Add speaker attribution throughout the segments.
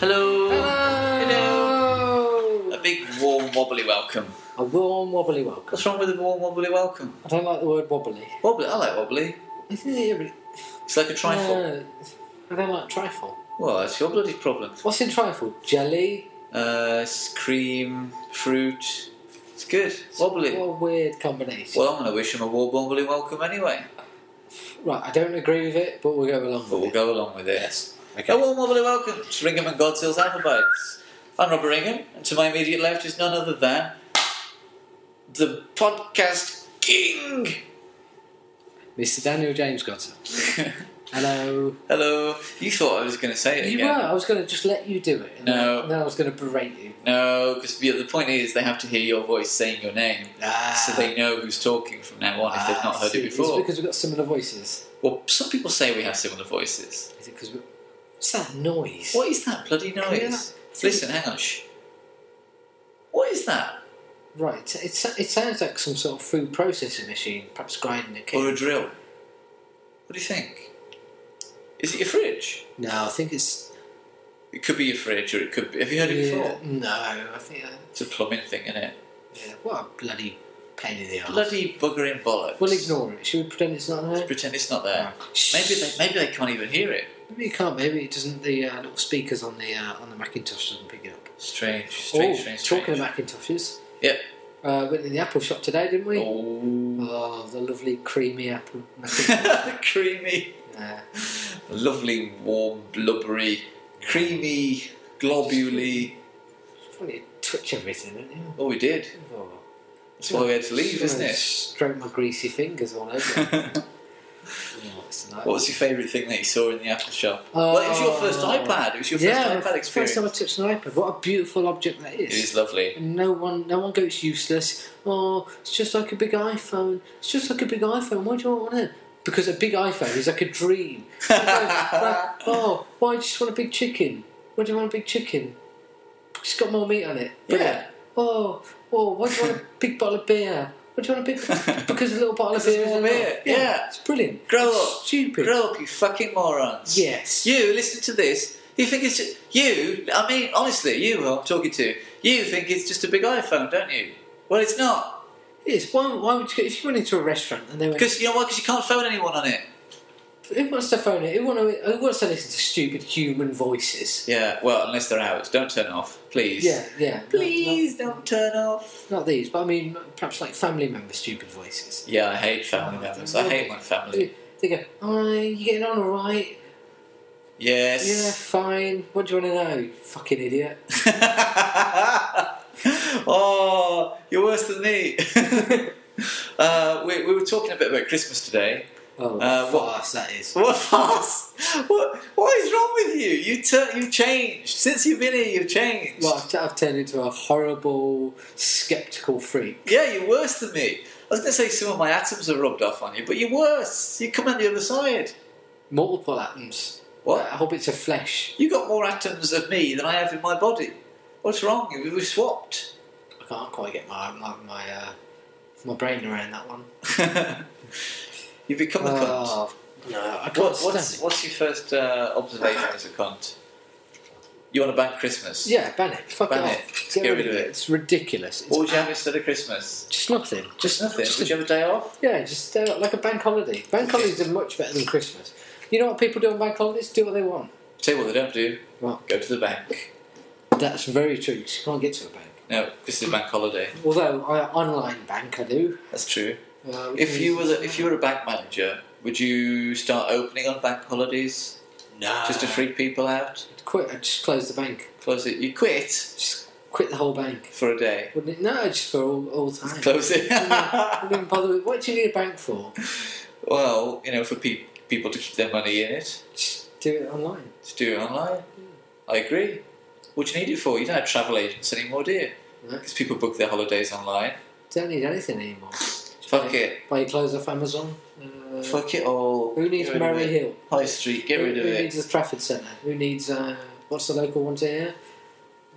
Speaker 1: Hello.
Speaker 2: Hello.
Speaker 1: A big warm wobbly welcome.
Speaker 2: A warm wobbly welcome.
Speaker 1: What's wrong with a warm wobbly welcome?
Speaker 2: I don't like the word wobbly.
Speaker 1: Wobbly. I like wobbly.
Speaker 2: Isn't it? really-
Speaker 1: It's like a trifle.
Speaker 2: No, I don't like trifle.
Speaker 1: Well, that's your bloody problem.
Speaker 2: What's in trifle? Jelly?
Speaker 1: Uh, it's cream, fruit. It's good. Wobbly.
Speaker 2: What a weird combination.
Speaker 1: Well, I'm going to wish him a warm wobbly welcome anyway.
Speaker 2: right, I don't agree with it, but we'll go along
Speaker 1: But
Speaker 2: with
Speaker 1: we'll
Speaker 2: it.
Speaker 1: go along with it.
Speaker 2: Yes.
Speaker 1: A warm wobbly welcome to Ringham and Godsell's Alphabites. I'm Robert Ringham, and to my immediate left is none other than the podcast king.
Speaker 2: Mr. Daniel James Godson. Hello.
Speaker 1: Hello. You thought I was going to say it
Speaker 2: You
Speaker 1: again.
Speaker 2: were. I was going to just let you do it. and
Speaker 1: No.
Speaker 2: then- Then I was going to berate you.
Speaker 1: No, because the point is they have to hear your voice saying your name,
Speaker 2: Ah.
Speaker 1: so they know who's talking from now on if they've not
Speaker 2: Ah,
Speaker 1: heard
Speaker 2: see,
Speaker 1: it before.
Speaker 2: It's because we've got similar voices.
Speaker 1: Well, some people say we have similar voices.
Speaker 2: Is it because we What's that noise?
Speaker 1: What is that bloody noise?
Speaker 2: that-
Speaker 1: Listen, hang on. Shh. What is that?
Speaker 2: Right. It, sa- it sounds like some sort of food processing machine, perhaps grinding a cake.
Speaker 1: Or a drill? What do you think? Is it your fridge?
Speaker 2: No, I think it's.
Speaker 1: It could be your fridge, or it could be. Have you heard it
Speaker 2: Yeah,
Speaker 1: before?
Speaker 2: no, I think. I,
Speaker 1: It's a plumbing thing, isn't it?
Speaker 2: yeah, what a bloody pain in the arse.
Speaker 1: Bloody buggering bollocks.
Speaker 2: We'll ignore it. Ah. Should we pretend it's not there?
Speaker 1: Pretend it's not there.
Speaker 2: Shh.
Speaker 1: Maybe they, maybe they can't even hear it.
Speaker 2: Maybe you can't. Maybe it doesn't. The uh, little speakers on the uh, on the Macintosh doesn't pick it up.
Speaker 1: Strange, strange,
Speaker 2: oh,
Speaker 1: strange.
Speaker 2: talking
Speaker 1: strange.
Speaker 2: of Macintoshes,
Speaker 1: Yep.
Speaker 2: uh, went in the Apple shop today, didn't we?
Speaker 1: Oh.
Speaker 2: Oh, the lovely creamy apple. Macintosh.
Speaker 1: creamy,
Speaker 2: Yeah.
Speaker 1: lovely, warm, blubbery, creamy, globuley.
Speaker 2: Funny, twitch everything, don't you?
Speaker 1: Oh, we did.
Speaker 2: Oh.
Speaker 1: That's why we had to leave, isn't it?
Speaker 2: Stroke my greasy fingers all over. Oh, it's nice.
Speaker 1: what was your favourite thing that you saw in the Apple shop?
Speaker 2: Uh,
Speaker 1: well, it was your first iPad. It was your first
Speaker 2: yeah,
Speaker 1: iPad
Speaker 2: the
Speaker 1: experience.
Speaker 2: first time I touched an iPad. What a beautiful object that
Speaker 1: it
Speaker 2: is.
Speaker 1: is lovely.
Speaker 2: And no one, no one goes useless. Oh, it's just like a big iPhone. It's just like a big iPhone. Why do you want it? Because a big iPhone is like a dream. You go, like, oh, why do you just want a big chicken? Why do you want a big chicken? It's got more meat on it.
Speaker 1: Yeah.
Speaker 2: Oh, oh, why do you want a big bottle of beer? Why do you want a big? Because a little bottle of
Speaker 1: Because
Speaker 2: beer
Speaker 1: it's
Speaker 2: is
Speaker 1: more
Speaker 2: enough.
Speaker 1: beer. Yeah.
Speaker 2: it's brilliant.
Speaker 1: Grow
Speaker 2: It's
Speaker 1: up.
Speaker 2: Stupid.
Speaker 1: Grow up, you fucking morons.
Speaker 2: Yes.
Speaker 1: You listen to this. You think it's just, you. I mean, honestly, you. Who I'm talking to. You think it's just a big iPhone, don't you? Well, it's not.
Speaker 2: Yes, why, why would you go, if you went into a restaurant and they went,
Speaker 1: Because you know why? Because you can't phone anyone on it.
Speaker 2: who wants to phone it? Who, want to, who wants to listen to stupid human voices?
Speaker 1: Yeah, well, unless they're ours. Don't turn it off, please.
Speaker 2: Yeah, yeah. not-
Speaker 1: Please don't turn off.
Speaker 2: Not, not these, but I mean, perhaps like family member stupid voices.
Speaker 1: Yeah, I hate family members. I hate my family.
Speaker 2: They, they go, oh, you getting on all right? Yeah,
Speaker 1: Yes.
Speaker 2: fine. What do you want to know, you fucking idiot?
Speaker 1: oh, you're worse than me. uh, we, we were talking a bit about Christmas today.
Speaker 2: Oh,
Speaker 1: Uh, what-
Speaker 2: farce that is.
Speaker 1: What farce? What, what is wrong with you? You tur- You've changed. Since you've been here, you've changed.
Speaker 2: Well, I've, I've turned into a horrible, sceptical freak.
Speaker 1: Yeah, you're worse than me. I was going to say some of my atoms are rubbed off on you, but you're worse. You come out the other side.
Speaker 2: Multiple atoms. Uh,
Speaker 1: What?
Speaker 2: I hope it's a flesh.
Speaker 1: You got more atoms of me than I have in my body. What's wrong? We were swapped.
Speaker 2: I can't quite get my my my, uh, my brain around that one.
Speaker 1: You've become a cunt.
Speaker 2: Oh, no, I can't
Speaker 1: What,
Speaker 2: stand it.
Speaker 1: what's, what's your first uh, observation as a cunt? You want to ban Christmas?
Speaker 2: Yeah, ban it. Fuck
Speaker 1: Ban
Speaker 2: it.
Speaker 1: it.
Speaker 2: Off.
Speaker 1: Get rid of it.
Speaker 2: It's ridiculous. It's
Speaker 1: What would you have instead of Christmas?
Speaker 2: Just nothing.
Speaker 1: Just nothing.
Speaker 2: Just
Speaker 1: would you have a day off?
Speaker 2: Yeah, just uh, like a bank holiday. Bank holidays are much better than Christmas. You know what people do on bank holidays? Do what they want.
Speaker 1: Tell you what they don't do.
Speaker 2: What?
Speaker 1: Go to the bank.
Speaker 2: That's very true. 'cause You can't get to a bank.
Speaker 1: No, this is a bank holiday.
Speaker 2: Although I online bank, I do.
Speaker 1: That's true.
Speaker 2: Uh, which
Speaker 1: If you were
Speaker 2: means-
Speaker 1: the, if you were a bank manager, would you start opening on bank holidays
Speaker 2: no,
Speaker 1: just to freak people out?
Speaker 2: quit, I just close the bank.
Speaker 1: Close it. You quit
Speaker 2: Just quit the whole bank.
Speaker 1: for a day.
Speaker 2: Wouldn't it? No, just for all, all time.
Speaker 1: Close it.
Speaker 2: Wouldn't even bother with what do you need a bank for?
Speaker 1: Well, you know, for pe- people to keep their money in it,
Speaker 2: Just do it online.
Speaker 1: to do it online.
Speaker 2: Hmm.
Speaker 1: I agree. What do you need it for? You don't have travel agents anymore, do you?
Speaker 2: No.
Speaker 1: Because people book their holidays online.
Speaker 2: Don't need anything anymore.
Speaker 1: Fuck it.
Speaker 2: Buy your clothes off Amazon. Uh,
Speaker 1: Fuck it all.
Speaker 2: Who needs
Speaker 1: Get rid of
Speaker 2: Mary
Speaker 1: it.
Speaker 2: Hill?
Speaker 1: High Street, get
Speaker 2: who,
Speaker 1: rid of
Speaker 2: who
Speaker 1: it.
Speaker 2: needs the Trafford Centre? Who needs uh, what's the local one to here?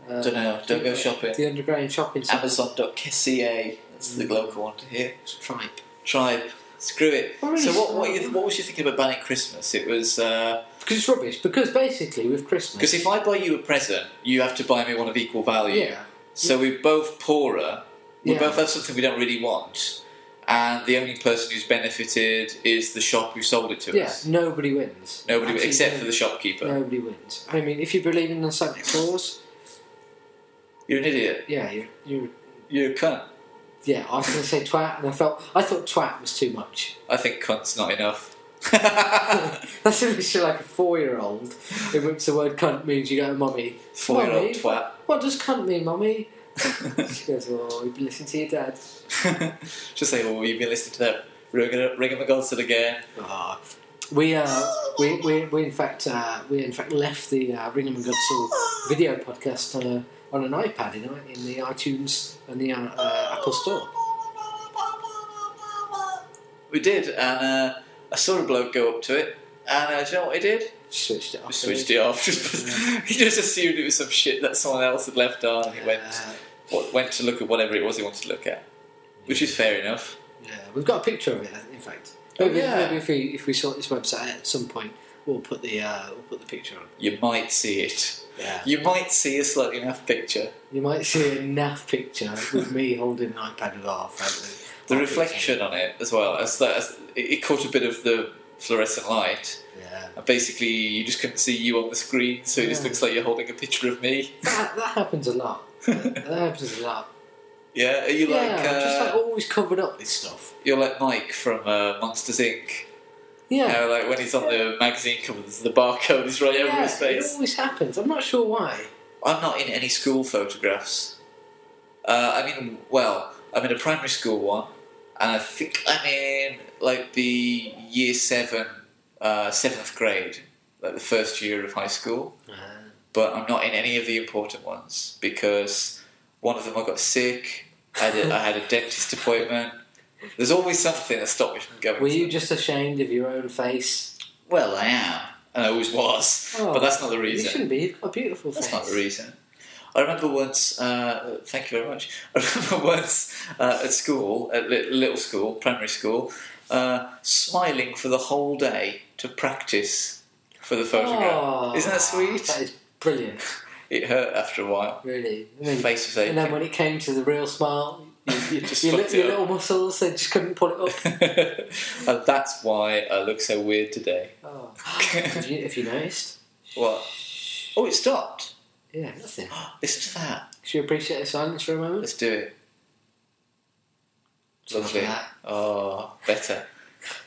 Speaker 2: Uh,
Speaker 1: Dunno, don't go shopping.
Speaker 2: The underground shopping centre.
Speaker 1: Amazon.ca. It's
Speaker 2: Hmm.
Speaker 1: the local one to hear.
Speaker 2: Stripe.
Speaker 1: Tribe. Screw it.
Speaker 2: What really
Speaker 1: so what um, what, you,
Speaker 2: sucks.
Speaker 1: what was you thinking about banning Christmas? It was because
Speaker 2: Because it's rubbish. Because basically, with Christmas.
Speaker 1: if I buy you a present, you have to buy me one of equal value.
Speaker 2: Yeah.
Speaker 1: So we're both poorer. We
Speaker 2: Yeah.
Speaker 1: both have something we don't really want, and the only person who's benefited is the shop who sold it to
Speaker 2: Yeah,
Speaker 1: us.
Speaker 2: nobody wins.
Speaker 1: Nobody,
Speaker 2: Actually,
Speaker 1: except
Speaker 2: no-
Speaker 1: for the shopkeeper.
Speaker 2: Nobody wins. I mean, if you believe in the Santa Claus,
Speaker 1: You're an idiot.
Speaker 2: yeah, you're, you're
Speaker 1: You're a cunt.
Speaker 2: yeah. I was going to say twat, and I felt I thought twat was too much.
Speaker 1: I think cunt's not enough.
Speaker 2: That's literally like a four-year-old in which the word cunt means you go, "Mummy,
Speaker 1: Four-year-old
Speaker 2: Mummy, What does cunt mean, mummy? She goes, "Oh, you've been listening to your dad."
Speaker 1: twat. Just say, oh, you've been listening to that Ring- Ring of Magolson again.
Speaker 2: Ah. We, uh, we, we, we in fact uh, we in fact left the uh, Ringham and Godsell video podcast on, a, on an iPad in, i- in the iTunes and the uh, uh, Apple Store.
Speaker 1: We did, and uh, I saw a bloke go up to it, and uh, do you know what he did?
Speaker 2: Switched it off.
Speaker 1: I switched it off. he just assumed it was some shit that someone else had left on, and he went,
Speaker 2: Uh,
Speaker 1: wa- went to look at whatever it was he wanted to look at. Which is fair enough.
Speaker 2: yeah, we've got a picture of it. In fact,
Speaker 1: Oh,
Speaker 2: maybe,
Speaker 1: yeah.
Speaker 2: maybe if we if we sort this website out at some point, we'll put the uh, we'll put the picture on.
Speaker 1: You might see it.
Speaker 2: Yeah,
Speaker 1: You might see a slightly enough picture.
Speaker 2: you might see a naff picture with me holding an iPad with our friend.
Speaker 1: The reflection on it as well, as that, as it it caught a bit of the fluorescent light.
Speaker 2: Yeah,
Speaker 1: And basically, you just couldn't see you on the screen, so it just
Speaker 2: Yeah.
Speaker 1: looks like you're holding a picture of me.
Speaker 2: that, that happens a lot. that happens a lot.
Speaker 1: Yeah, are you
Speaker 2: yeah,
Speaker 1: like,
Speaker 2: I'm just
Speaker 1: uh,
Speaker 2: like always covered up with stuff.
Speaker 1: you're like Mike from uh, Monsters Inc.
Speaker 2: Yeah,
Speaker 1: You know, like when he's on the magazine cover, there's the barcode is right over
Speaker 2: yeah,
Speaker 1: his
Speaker 2: it
Speaker 1: face.
Speaker 2: always happens. I'm not sure why.
Speaker 1: I'm not in any school photographs. Uh, I mean, well, I'm in a primary school one, and I think I'm in like the year seven, uh, seventh grade, like the first year of high school. Uh, but I'm not in any of the important ones because one of them I got sick. I had a, I had a dentist appointment. There's always something that stopped me from going.
Speaker 2: Were
Speaker 1: to
Speaker 2: you
Speaker 1: them.
Speaker 2: just ashamed of your own face?
Speaker 1: Well, I am, and I always was,
Speaker 2: Oh,
Speaker 1: but that's not the
Speaker 2: You
Speaker 1: reason.
Speaker 2: shouldn't be. You've got a beautiful
Speaker 1: That's
Speaker 2: face.
Speaker 1: not the reason. I remember once. Uh, thank you very much. I remember once uh, at school, at li- little school, primary school, uh, smiling for the whole day to practice for the photograph.
Speaker 2: Oh,
Speaker 1: Isn't that sweet?
Speaker 2: That is brilliant,
Speaker 1: It hurt after a while.
Speaker 2: really. I
Speaker 1: The
Speaker 2: mean,
Speaker 1: face was aching.
Speaker 2: and then when it came to the real smile, you, you,
Speaker 1: Just
Speaker 2: your, li-
Speaker 1: fucked it
Speaker 2: your
Speaker 1: up.
Speaker 2: little muscles, they just couldn't pull it up.
Speaker 1: and that's why I look so weird today.
Speaker 2: Oh. have, you, have you noticed?
Speaker 1: What? Oh, it stopped.
Speaker 2: Yeah, nothing.
Speaker 1: Listen to that.
Speaker 2: Should we appreciate the silence for a moment?
Speaker 1: Let's do it. Lovely. Oh, better.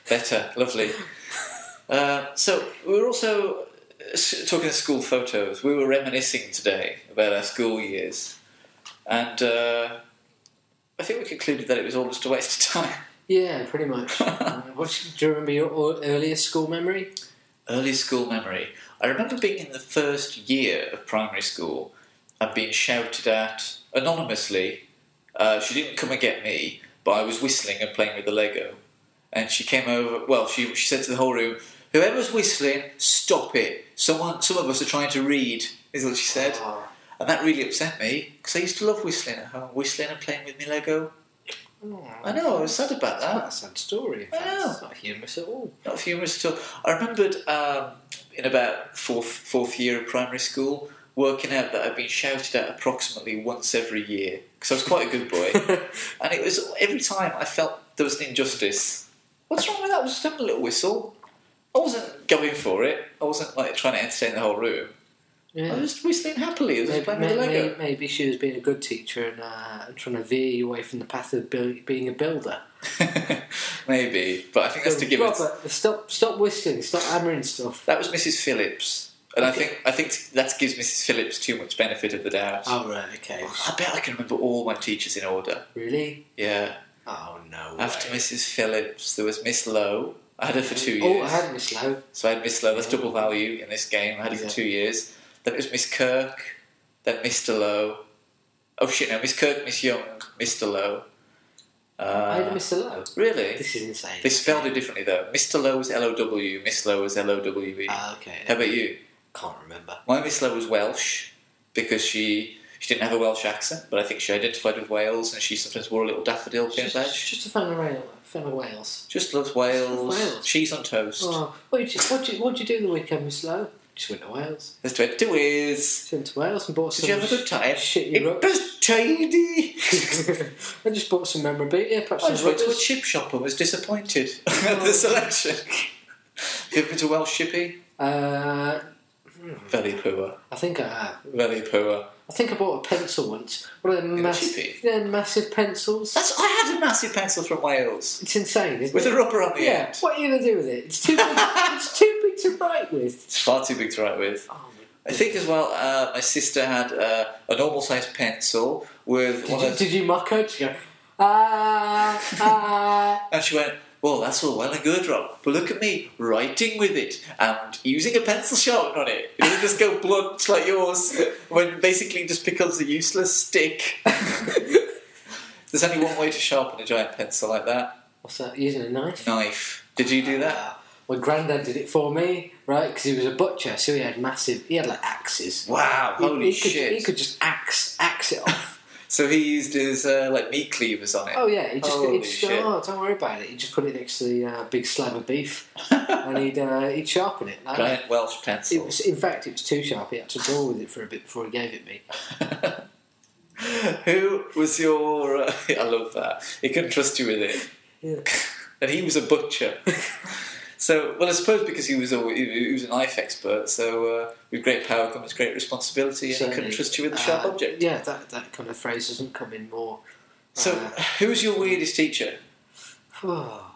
Speaker 1: Better. Lovely. Uh, so, we were also uh, s- talking of school photos. We were reminiscing today about our school years. And uh, I think we concluded that it was all just a waste of time.
Speaker 2: Yeah, pretty much. uh, what, do you remember your o- earliest school memory?
Speaker 1: Early school memory. I remember being in the first year of primary school and being shouted at anonymously. Uh, she didn't come and get me, but I was whistling and playing with the Lego. And she came over, well, she, she said to the whole room, Whoever's whistling, stop it. Someone, some of us are trying to read, is what she said.
Speaker 2: Oh,
Speaker 1: And that really upset me because I used to love whistling at home, whistling and playing with me Lego. I know, I was sad about that.
Speaker 2: That's a sad story. In
Speaker 1: I
Speaker 2: fact.
Speaker 1: know.
Speaker 2: It's not humorous at all.
Speaker 1: not humorous at all. I remembered um, in about fourth fourth year of primary school working out that I'd been shouted at approximately once every year because I was quite a good boy, and it was every time I felt there was an injustice. What's wrong with that? I was just having a little whistle. I wasn't going for it. I wasn't like trying to entertain the whole room. I
Speaker 2: yeah.
Speaker 1: was just whistling happily. I was just
Speaker 2: Maybe,
Speaker 1: playing with the
Speaker 2: maybe,
Speaker 1: Lego.
Speaker 2: maybe she was being a good teacher and uh, trying to veer you away from the path of buil- being a builder.
Speaker 1: maybe, but I think that's to give it.
Speaker 2: Robert, stop, stop whistling, stop hammering stuff.
Speaker 1: That was Mrs. Phillips, and
Speaker 2: Okay.
Speaker 1: I think I think that gives Mrs. Phillips too much benefit of the doubt.
Speaker 2: Oh, right, okay.
Speaker 1: I bet I can remember all my teachers in order.
Speaker 2: Really?
Speaker 1: Yeah.
Speaker 2: Oh, no.
Speaker 1: After Mrs. Phillips, there was Miss Lowe. I had her for two
Speaker 2: Oh,
Speaker 1: years.
Speaker 2: I had Miss Lowe.
Speaker 1: So I had Miss Lowe. That's double value in this game. I had her
Speaker 2: Yeah.
Speaker 1: for two years. Then it was Miss Kirk. Then Mr. Lowe. Oh shit! No, Miss Kirk, Miss Young, Mr. Lowe.
Speaker 2: I had
Speaker 1: Uh,
Speaker 2: Miss Lowe.
Speaker 1: really?
Speaker 2: This is insane.
Speaker 1: They spelled it differently though. Mr. Lowe was L O W. Miss Lowe was L O W E.
Speaker 2: Ah, okay.
Speaker 1: How about you?
Speaker 2: Can't remember.
Speaker 1: My Miss Lowe was Welsh because she She didn't have a Welsh accent, but I think she identified with Wales, and she sometimes wore a little daffodil here and
Speaker 2: She's
Speaker 1: there.
Speaker 2: she's just a fan of, Rail, fan of Wales.
Speaker 1: Just loves Wales.
Speaker 2: Wales.
Speaker 1: Cheese on toast.
Speaker 2: Oh, what did you, what did you, what did you do the weekend, Miss Lowe? Just went to Wales.
Speaker 1: Let's do it. Do is.
Speaker 2: Just went to Wales and bought
Speaker 1: Did
Speaker 2: some.
Speaker 1: you have a good time?
Speaker 2: shit you
Speaker 1: it
Speaker 2: wrote.
Speaker 1: was tidy.
Speaker 2: I just bought some memorabilia, perhaps
Speaker 1: I just
Speaker 2: some Oh.
Speaker 1: went to a
Speaker 2: rubbers.
Speaker 1: chip shop and was disappointed at the selection. you ever been to Welsh Shippy?
Speaker 2: Uh,
Speaker 1: Very poor.
Speaker 2: I think I have.
Speaker 1: Very poor.
Speaker 2: I think I bought a pencil once. One of them
Speaker 1: a
Speaker 2: massive,
Speaker 1: chippy?
Speaker 2: yeah, massive pencils.
Speaker 1: That's, I had a massive pencil from Wales
Speaker 2: It's insane, isn't
Speaker 1: with
Speaker 2: it?
Speaker 1: a rubber on the
Speaker 2: yeah.
Speaker 1: end.
Speaker 2: What are you gonna do with it? It's too big. it's too big to write with.
Speaker 1: It's far too big to write with.
Speaker 2: Oh,
Speaker 1: I think as well, uh, my sister had uh, a normal sized pencil with
Speaker 2: did,
Speaker 1: one
Speaker 2: you,
Speaker 1: of
Speaker 2: did you mock her? Did you go? Ah, ah.
Speaker 1: And she went, Well, that's all well and good, Rob, but look at me writing with it and using a pencil sharpen on it. It doesn't just go blunt like yours when basically it just becomes a useless stick. There's only one way to sharpen a giant pencil like that
Speaker 2: What's that? Using a knife.
Speaker 1: knife. Did you do that?
Speaker 2: Ah, my granddad did it for me, right? Because he was a butcher, so he had massive. He had like axes.
Speaker 1: Wow,
Speaker 2: He-
Speaker 1: holy
Speaker 2: he, could,
Speaker 1: shit.
Speaker 2: He could just axe axe it off.
Speaker 1: So he used his uh, like meat cleavers on it.
Speaker 2: Oh yeah, he just,
Speaker 1: Holy
Speaker 2: he'd just
Speaker 1: shit.
Speaker 2: go, oh, don't worry about it. He just put it next to the uh, big slab of beef, and he'd uh, he'd sharpen it. Like,
Speaker 1: Giant Welsh
Speaker 2: It
Speaker 1: pencil.
Speaker 2: was, in fact, it was too sharp. He had to draw with it for a bit before he gave it me.
Speaker 1: Who was your? Uh, I love that. He couldn't trust you with it,
Speaker 2: Yeah.
Speaker 1: and he was a butcher. so, well, I suppose because he was a he was a knife expert. So, uh, with great power comes great responsibility, and he couldn't
Speaker 2: Certainly,
Speaker 1: trust you with a sharp
Speaker 2: uh,
Speaker 1: object.
Speaker 2: Yeah, that, that kind of phrase doesn't come in more.
Speaker 1: So,
Speaker 2: uh,
Speaker 1: who was your weirdest teacher?
Speaker 2: Well,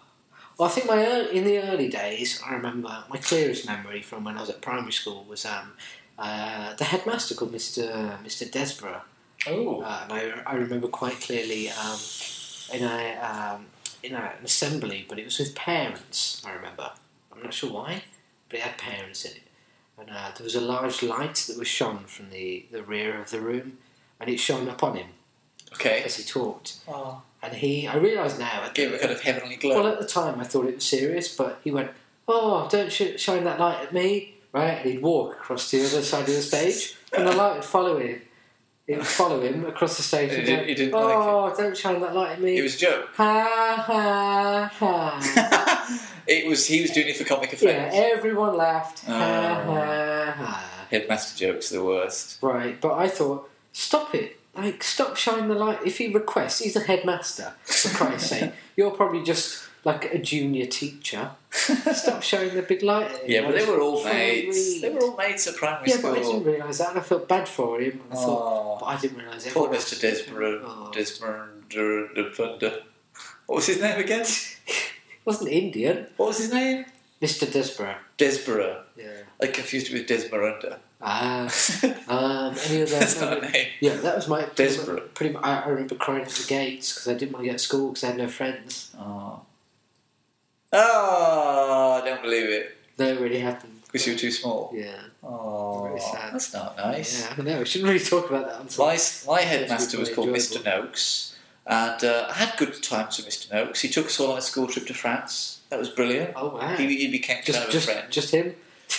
Speaker 2: I think my ear in the early days, I remember my clearest memory from when I was at primary school was um, uh, the headmaster called Mister Mister Desborough.
Speaker 1: Oh,
Speaker 2: Uh, and I, I remember quite clearly um, in a um, in a, an assembly, but it was with parents. I remember. I'm not sure why, but it had parents in it, and uh, there was a large light that was shone from the, the rear of the room, and it shone upon him
Speaker 1: okay.
Speaker 2: as he talked.
Speaker 1: Oh.
Speaker 2: And he, I realise now, at the-
Speaker 1: Gave a kind of heavenly glow.
Speaker 2: well, at the time I thought it was serious, but he went, "Oh, don't sh- shine that light at me!" Right, and he'd walk across the other side of the stage, and the light would follow him. It would follow him across the stage.
Speaker 1: He
Speaker 2: and
Speaker 1: did-
Speaker 2: go,
Speaker 1: he didn't like
Speaker 2: oh, don't shine that light at me!
Speaker 1: it was a joke.
Speaker 2: ha ha ha!
Speaker 1: it was he was doing it for comic
Speaker 2: yeah,
Speaker 1: effect.
Speaker 2: everyone laughed. Ha
Speaker 1: Ah.
Speaker 2: ha ha!
Speaker 1: Headmaster jokes are the worst.
Speaker 2: Right, but I thought, stop it. Like, stop shining the light. If he requests, he's a headmaster, for Christ's sake. You're probably just like a junior teacher. Stop showing the big light at him.
Speaker 1: Yeah, but they were all
Speaker 2: Try and
Speaker 1: mates.
Speaker 2: read.
Speaker 1: They were all mates at primary
Speaker 2: Yeah,
Speaker 1: school.
Speaker 2: but I didn't realise that, and I felt bad for him. I thought, "Oh,
Speaker 1: Aw.
Speaker 2: but I didn't realise it.
Speaker 1: Poor Mr. Oh, Desmond,
Speaker 2: Oh.
Speaker 1: Desmond uh, de Thunder. What was his name again?
Speaker 2: wasn't Indian.
Speaker 1: What was his name?
Speaker 2: Mr. Desborough.
Speaker 1: Desborough.
Speaker 2: Yeah.
Speaker 1: I confused it with Desmerunda.
Speaker 2: Ah.
Speaker 1: That's
Speaker 2: um, any other?
Speaker 1: not a name.
Speaker 2: yeah, that was my
Speaker 1: Desborough.
Speaker 2: Pretty much, I, I remember crying at the gates because I didn't want to go to school because I had no friends.
Speaker 1: Oh. Oh, I don't believe it.
Speaker 2: No, it really happened.
Speaker 1: Because you were too small.
Speaker 2: Yeah.
Speaker 1: Oh,
Speaker 2: Very sad.
Speaker 1: that's not nice.
Speaker 2: Yeah, I know. We shouldn't really talk about that until.
Speaker 1: My, my headmaster was
Speaker 2: really
Speaker 1: called Mr.
Speaker 2: enjoyable.
Speaker 1: Noakes, and uh, I had good times with Mr. Noakes. He took us all on a school trip to France. That was brilliant.
Speaker 2: Oh wow!
Speaker 1: He, he became kind
Speaker 2: just,
Speaker 1: of a
Speaker 2: just,
Speaker 1: friend.
Speaker 2: just him.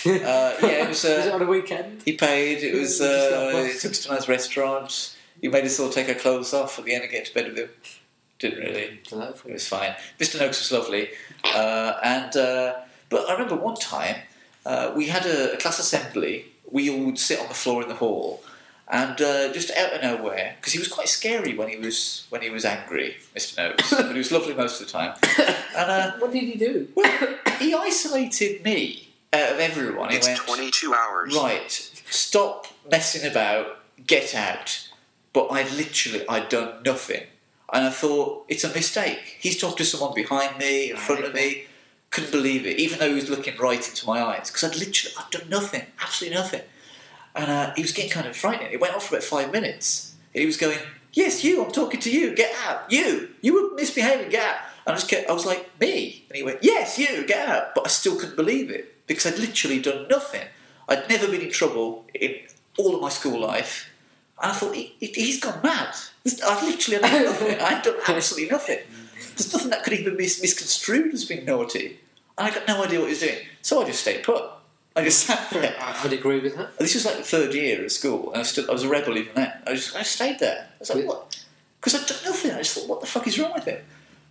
Speaker 1: Uh, yeah, it was, uh,
Speaker 2: was it on a weekend?
Speaker 1: He paid. It was. Uh,
Speaker 2: Just
Speaker 1: it took us to a nice restaurant. He made us all take our clothes off at the end and get to bed with him. Didn't really.
Speaker 2: Delightful.
Speaker 1: It was fine. Mr. Noakes was lovely, uh, and uh, but I remember one time uh, we had a, a class assembly. We all would sit on the floor in the hall, and uh, just out of nowhere, because he was quite scary when he was when he was angry, Mr. Noakes, but he was lovely most of the time. And uh,
Speaker 2: What did he do?
Speaker 1: well, he isolated me out of everyone. He
Speaker 3: It's
Speaker 1: went,
Speaker 3: 22 hours.
Speaker 1: Right, stop messing about, get out. But I literally, I'd done nothing. And I thought, it's a mistake. He's talked to someone behind me, in front of me. Couldn't believe it, even though he was looking right into my eyes. Because I'd literally, I'd done nothing, absolutely nothing. And uh, he was getting kind of frightened. It went on for about five minutes. And he was going, Yes, you, I'm talking to you, get out. You, you were misbehaving, get out. And I, just kept, I was like, Me? And he went, Yes, you, get out. But I still couldn't believe it because I'd literally done nothing. I'd never been in trouble in all of my school life. And I thought, he, he, He's gone mad. I've literally done nothing. I've done absolutely nothing. There's nothing that could even be mis- misconstrued as being naughty. And I got no idea what he was doing. So I just stayed put. I just sat there.
Speaker 2: I, I'd agree with that.
Speaker 1: This was like the third year at school, and I, stood, I was a rebel even then. I just I stayed there. I was like,
Speaker 2: Yeah.
Speaker 1: what? Because I'd done nothing. I just thought, what the fuck is wrong with him?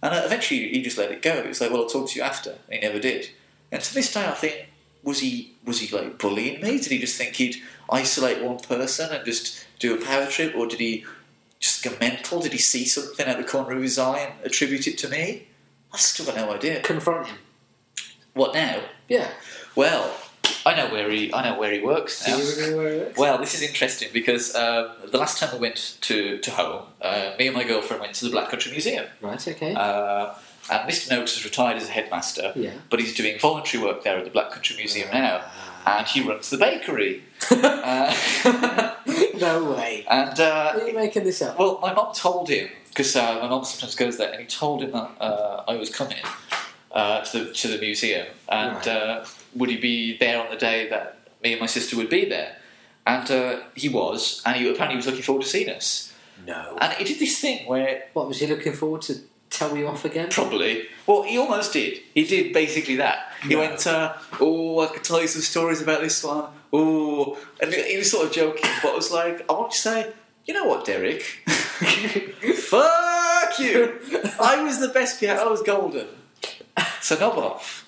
Speaker 1: And uh, eventually he just let it go. He was like, well, I'll talk to you after. And he never did. And to this day, I think, was he was he like bullying me? Did he just think he'd isolate one person and just do a power trip, or did he just go mental? Did he see something out the corner of his eye and attribute it to me? I've still got no idea.
Speaker 2: Confront him.
Speaker 1: What now?
Speaker 2: Yeah.
Speaker 1: Well, I know where he I know where he works now.
Speaker 2: Do you know where it is?
Speaker 1: Well, this is interesting because um, the last time we went to, to home, uh, me and my girlfriend went to the Black Country Museum.
Speaker 2: Right, okay.
Speaker 1: Uh, and Mr. Noakes has retired as a headmaster,
Speaker 2: Yeah.
Speaker 1: but he's doing voluntary work there at the Black Country Museum now. And he runs the bakery. uh,
Speaker 2: no way.
Speaker 1: and, uh,
Speaker 2: Are you making this up?
Speaker 1: well, my mum told him, because uh, my mum sometimes goes there, and he told him that uh, I was coming uh, to, the, to the museum. And
Speaker 2: Right.
Speaker 1: uh, would he be there on the day that me and my sister would be there? And uh, he was, and he apparently was looking forward to seeing us.
Speaker 2: No.
Speaker 1: And he did this thing where
Speaker 2: What was he looking forward to? Tell you off again?
Speaker 1: probably, well, he almost did. He did basically that. He
Speaker 2: No.
Speaker 1: went, uh, "Oh, I could tell you some stories about this one." Oh, and he was sort of joking, but I was like, "I want to say, you know what, Derek? Fuck you! I was the best piano. I was golden. So knob off."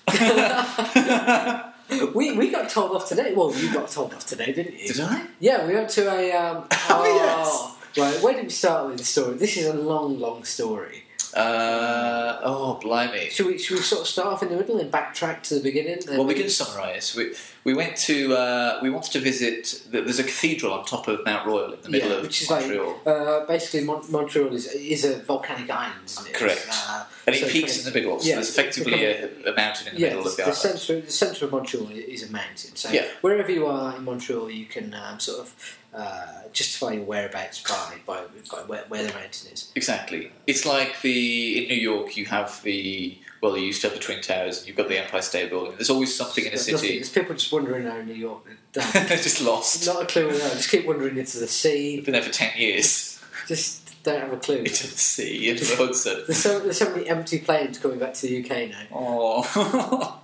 Speaker 1: did
Speaker 2: We, we got told off today. Well, you got told off today, didn't you?
Speaker 1: I?
Speaker 2: Yeah, we went to a. Um,
Speaker 1: Oh,
Speaker 2: Right, where did we start with the story? This is a long, long story.
Speaker 1: Uh, oh, blimey.
Speaker 2: Should we, should we sort of start off in the middle and backtrack to the beginning? And
Speaker 1: Well, we can summarise. We we went to uh, we wanted to visit. There's a cathedral on top of Mount Royal in the middle
Speaker 2: yeah,
Speaker 1: of
Speaker 2: which is
Speaker 1: Montreal,
Speaker 2: like uh, basically Mon- Montreal is is a volcanic island, isn't it?
Speaker 1: Correct.
Speaker 2: Uh,
Speaker 1: and it
Speaker 2: so
Speaker 1: peaks in
Speaker 2: kind
Speaker 1: the middle. So
Speaker 2: yeah,
Speaker 1: there's effectively a, a mountain in the
Speaker 2: yeah,
Speaker 1: middle of
Speaker 2: the,
Speaker 1: the
Speaker 2: the
Speaker 1: island.
Speaker 2: centre the centre of Montreal is a mountain. So
Speaker 1: Yeah.
Speaker 2: wherever you are in Montreal, you can um, sort of uh, justify your whereabouts by by, by where, where the mountain is.
Speaker 1: Exactly. It's like the in New York. You have the well, you used to have the Twin Towers. and You've got the Empire State Building. There's always something in a
Speaker 2: There's nothing-
Speaker 1: city.
Speaker 2: There's people just wandering around New York. Don't-
Speaker 1: Just lost.
Speaker 2: Not a clue. No, just keep wandering into the sea.
Speaker 1: Been there for ten years.
Speaker 2: Just don't have a clue.
Speaker 1: Into the sea into the Hudson.
Speaker 2: There's so, there's so many empty planes coming back to the UK now.
Speaker 1: Oh.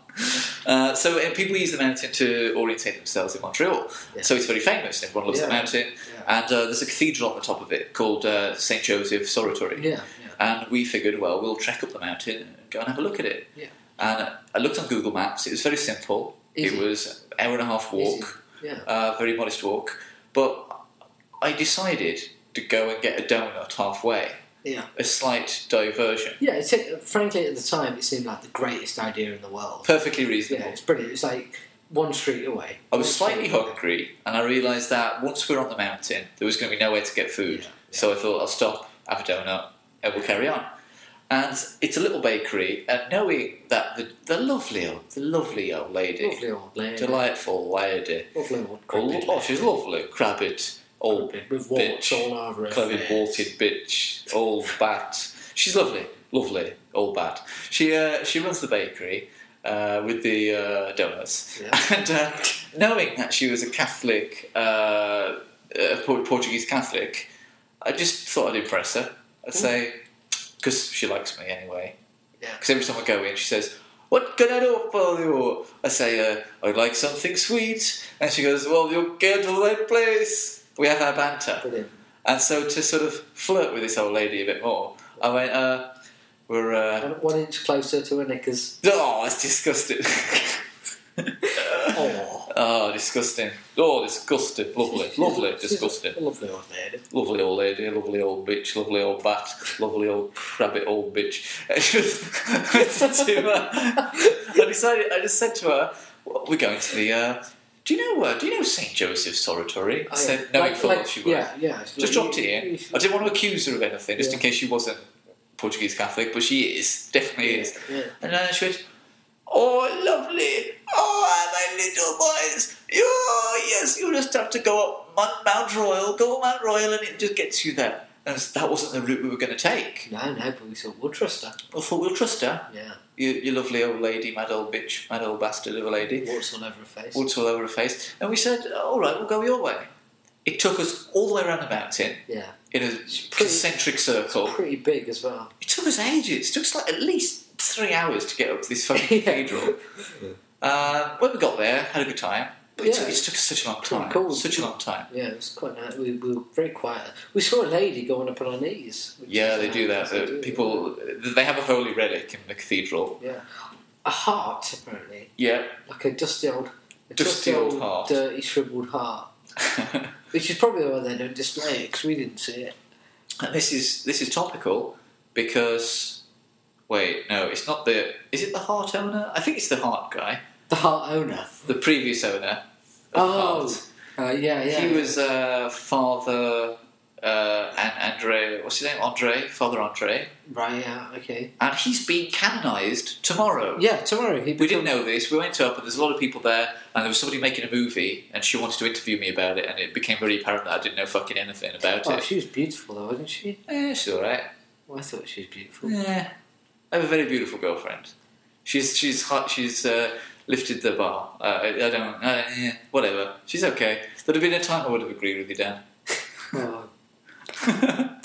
Speaker 1: Uh, so uh, people use the mountain to orientate themselves in Montreal.
Speaker 2: Yeah.
Speaker 1: So it's very famous. Everyone loves the
Speaker 2: Yeah.
Speaker 1: mountain, and uh, there's a cathedral on the top of it called uh, Saint Joseph's Oratory.
Speaker 2: Yeah,
Speaker 1: And we figured, well, we'll trek up the mountain and go and have a look at it.
Speaker 2: Yeah.
Speaker 1: And I looked on Google Maps. It was very simple.
Speaker 2: Easy.
Speaker 1: It was an hour and a half
Speaker 2: Easy.
Speaker 1: walk,
Speaker 2: yeah,
Speaker 1: uh, very modest walk. But I decided to go and get a donut halfway.
Speaker 2: Yeah.
Speaker 1: A slight diversion.
Speaker 2: yeah. It took, frankly, at the time, it seemed like the greatest idea in the world.
Speaker 1: Perfectly
Speaker 2: Yeah,
Speaker 1: reasonable.
Speaker 2: it's brilliant. It's like one street away.
Speaker 1: I was
Speaker 2: One
Speaker 1: Oh, slightly
Speaker 2: street away.
Speaker 1: hungry, and I realised that once we were on the mountain, there was going to be nowhere to get food.
Speaker 2: Yeah,
Speaker 1: So I thought, I'll stop, have a donut, and we'll carry on. And it's a little bakery, and knowing that the, the lovely, old, the lovely old lady,
Speaker 2: Lovely old lady.
Speaker 1: delightful lady,
Speaker 2: Lovely old
Speaker 1: oh,
Speaker 2: crumpet
Speaker 1: oh, she's lovely, crabbit, old
Speaker 2: lady With warts
Speaker 1: bitch,
Speaker 2: all over her
Speaker 1: clever
Speaker 2: face.
Speaker 1: walking bitch, old bat. She's lovely, lovely old bat. She uh, she runs the bakery uh, with the uh, donuts,
Speaker 2: Yeah.
Speaker 1: and uh, knowing that she was a Catholic, uh, a Por- Portuguese Catholic, I just thought I'd impress her. I'd say because she likes me anyway.
Speaker 2: Yeah.
Speaker 1: Because every time I go in, she says. What can I do for you? I say, uh, I'd like something sweet. And she goes, Well, you get to the right place. We have our banter.
Speaker 2: Brilliant.
Speaker 1: And so to sort of flirt with this old lady a bit more, I went, uh, we're, uh,
Speaker 2: One- One inch closer to her knickers.
Speaker 1: oh, it's disgusting.
Speaker 2: Oh,
Speaker 1: oh, disgusting. Oh, disgusting. Lovely,
Speaker 2: She's-
Speaker 1: lovely,
Speaker 2: she's a
Speaker 1: disgusting.
Speaker 2: Lovely old lady.
Speaker 1: Lovely old lady, lovely old bitch, lovely old bat, lovely old rabbit old bitch. And she was- to her, I decided, I just said to her, well, we're going to the, uh, do you know, uh, do you know St. Joseph's Oratory? I said,
Speaker 2: Oh, yeah.
Speaker 1: knowing
Speaker 2: Like-
Speaker 1: full well
Speaker 2: like-
Speaker 1: she would.
Speaker 2: Yeah, yeah.
Speaker 1: Just dropped it in. I didn't want to accuse her of anything, just in
Speaker 2: Yeah.
Speaker 1: case she wasn't Portuguese Catholic, but she is, definitely is.
Speaker 2: Yeah.
Speaker 1: And then she went, Oh, lovely! Oh, my little boys! Oh, yes, you just have to go up Mount, Mount Royal, go up Mount Royal, and it just gets you there. And that wasn't the route we were going to take.
Speaker 2: No, no, but we thought we'll trust her.
Speaker 1: I thought we'll trust her.
Speaker 2: Yeah.
Speaker 1: You, you lovely old lady, mad old bitch, mad old bastard of a lady.
Speaker 2: Warts all over her face.
Speaker 1: Walked all over her face. And we said, All right, we'll go your way. It took us all the way around the mountain
Speaker 2: Yeah.
Speaker 1: in a concentric circle.
Speaker 2: Pretty big as well.
Speaker 1: It took us ages. It took us like at least three hours to get up to this fucking
Speaker 2: Yeah.
Speaker 1: cathedral. Um, when we got there, had a good time. But it,
Speaker 2: Yeah.
Speaker 1: took, it took us such a long
Speaker 2: Quite
Speaker 1: time.
Speaker 2: cool.
Speaker 1: Such a long time.
Speaker 2: Yeah, it was quite nice. We, we were very quiet. We saw a lady going up on her knees. which
Speaker 1: Yeah,
Speaker 2: is
Speaker 1: they do
Speaker 2: nice.
Speaker 1: that.
Speaker 2: They
Speaker 1: Uh,
Speaker 2: do it.
Speaker 1: people, they have a holy relic in the cathedral.
Speaker 2: A heart, apparently.
Speaker 1: Yeah.
Speaker 2: Like a dusty old... A
Speaker 1: Dusty old heart.
Speaker 2: dirty, shriveled heart.
Speaker 1: and
Speaker 2: Which is probably why they don't display it, because we didn't see it.
Speaker 1: this is this is topical because wait, no, it's not the. Is it the heart owner? I think it's the heart guy,
Speaker 2: The heart owner.
Speaker 1: the previous owner. Of
Speaker 2: Oh,
Speaker 1: heart.
Speaker 2: Uh, yeah, yeah.
Speaker 1: he was uh, Father uh, and Andre. What's his name? Andre, Father Andre,
Speaker 2: Right, yeah, okay.
Speaker 1: and he's being canonized tomorrow.
Speaker 2: Yeah, tomorrow he
Speaker 1: We didn't know this. We went up, and there's a lot of people there, and there was somebody making a movie, and she wanted to interview me about it, and it became very apparent that I didn't know fucking anything about
Speaker 2: Oh,
Speaker 1: it.
Speaker 2: she was beautiful though, wasn't she?
Speaker 1: Eh, she's all right.
Speaker 2: Well, I thought she was beautiful.
Speaker 1: Yeah, I have a very beautiful girlfriend. She's she's hot. She's uh, lifted the bar. Uh, I, I don't. Uh, yeah, whatever. She's okay. There'd have been a time I would have agreed with you, Dan.
Speaker 2: Oh.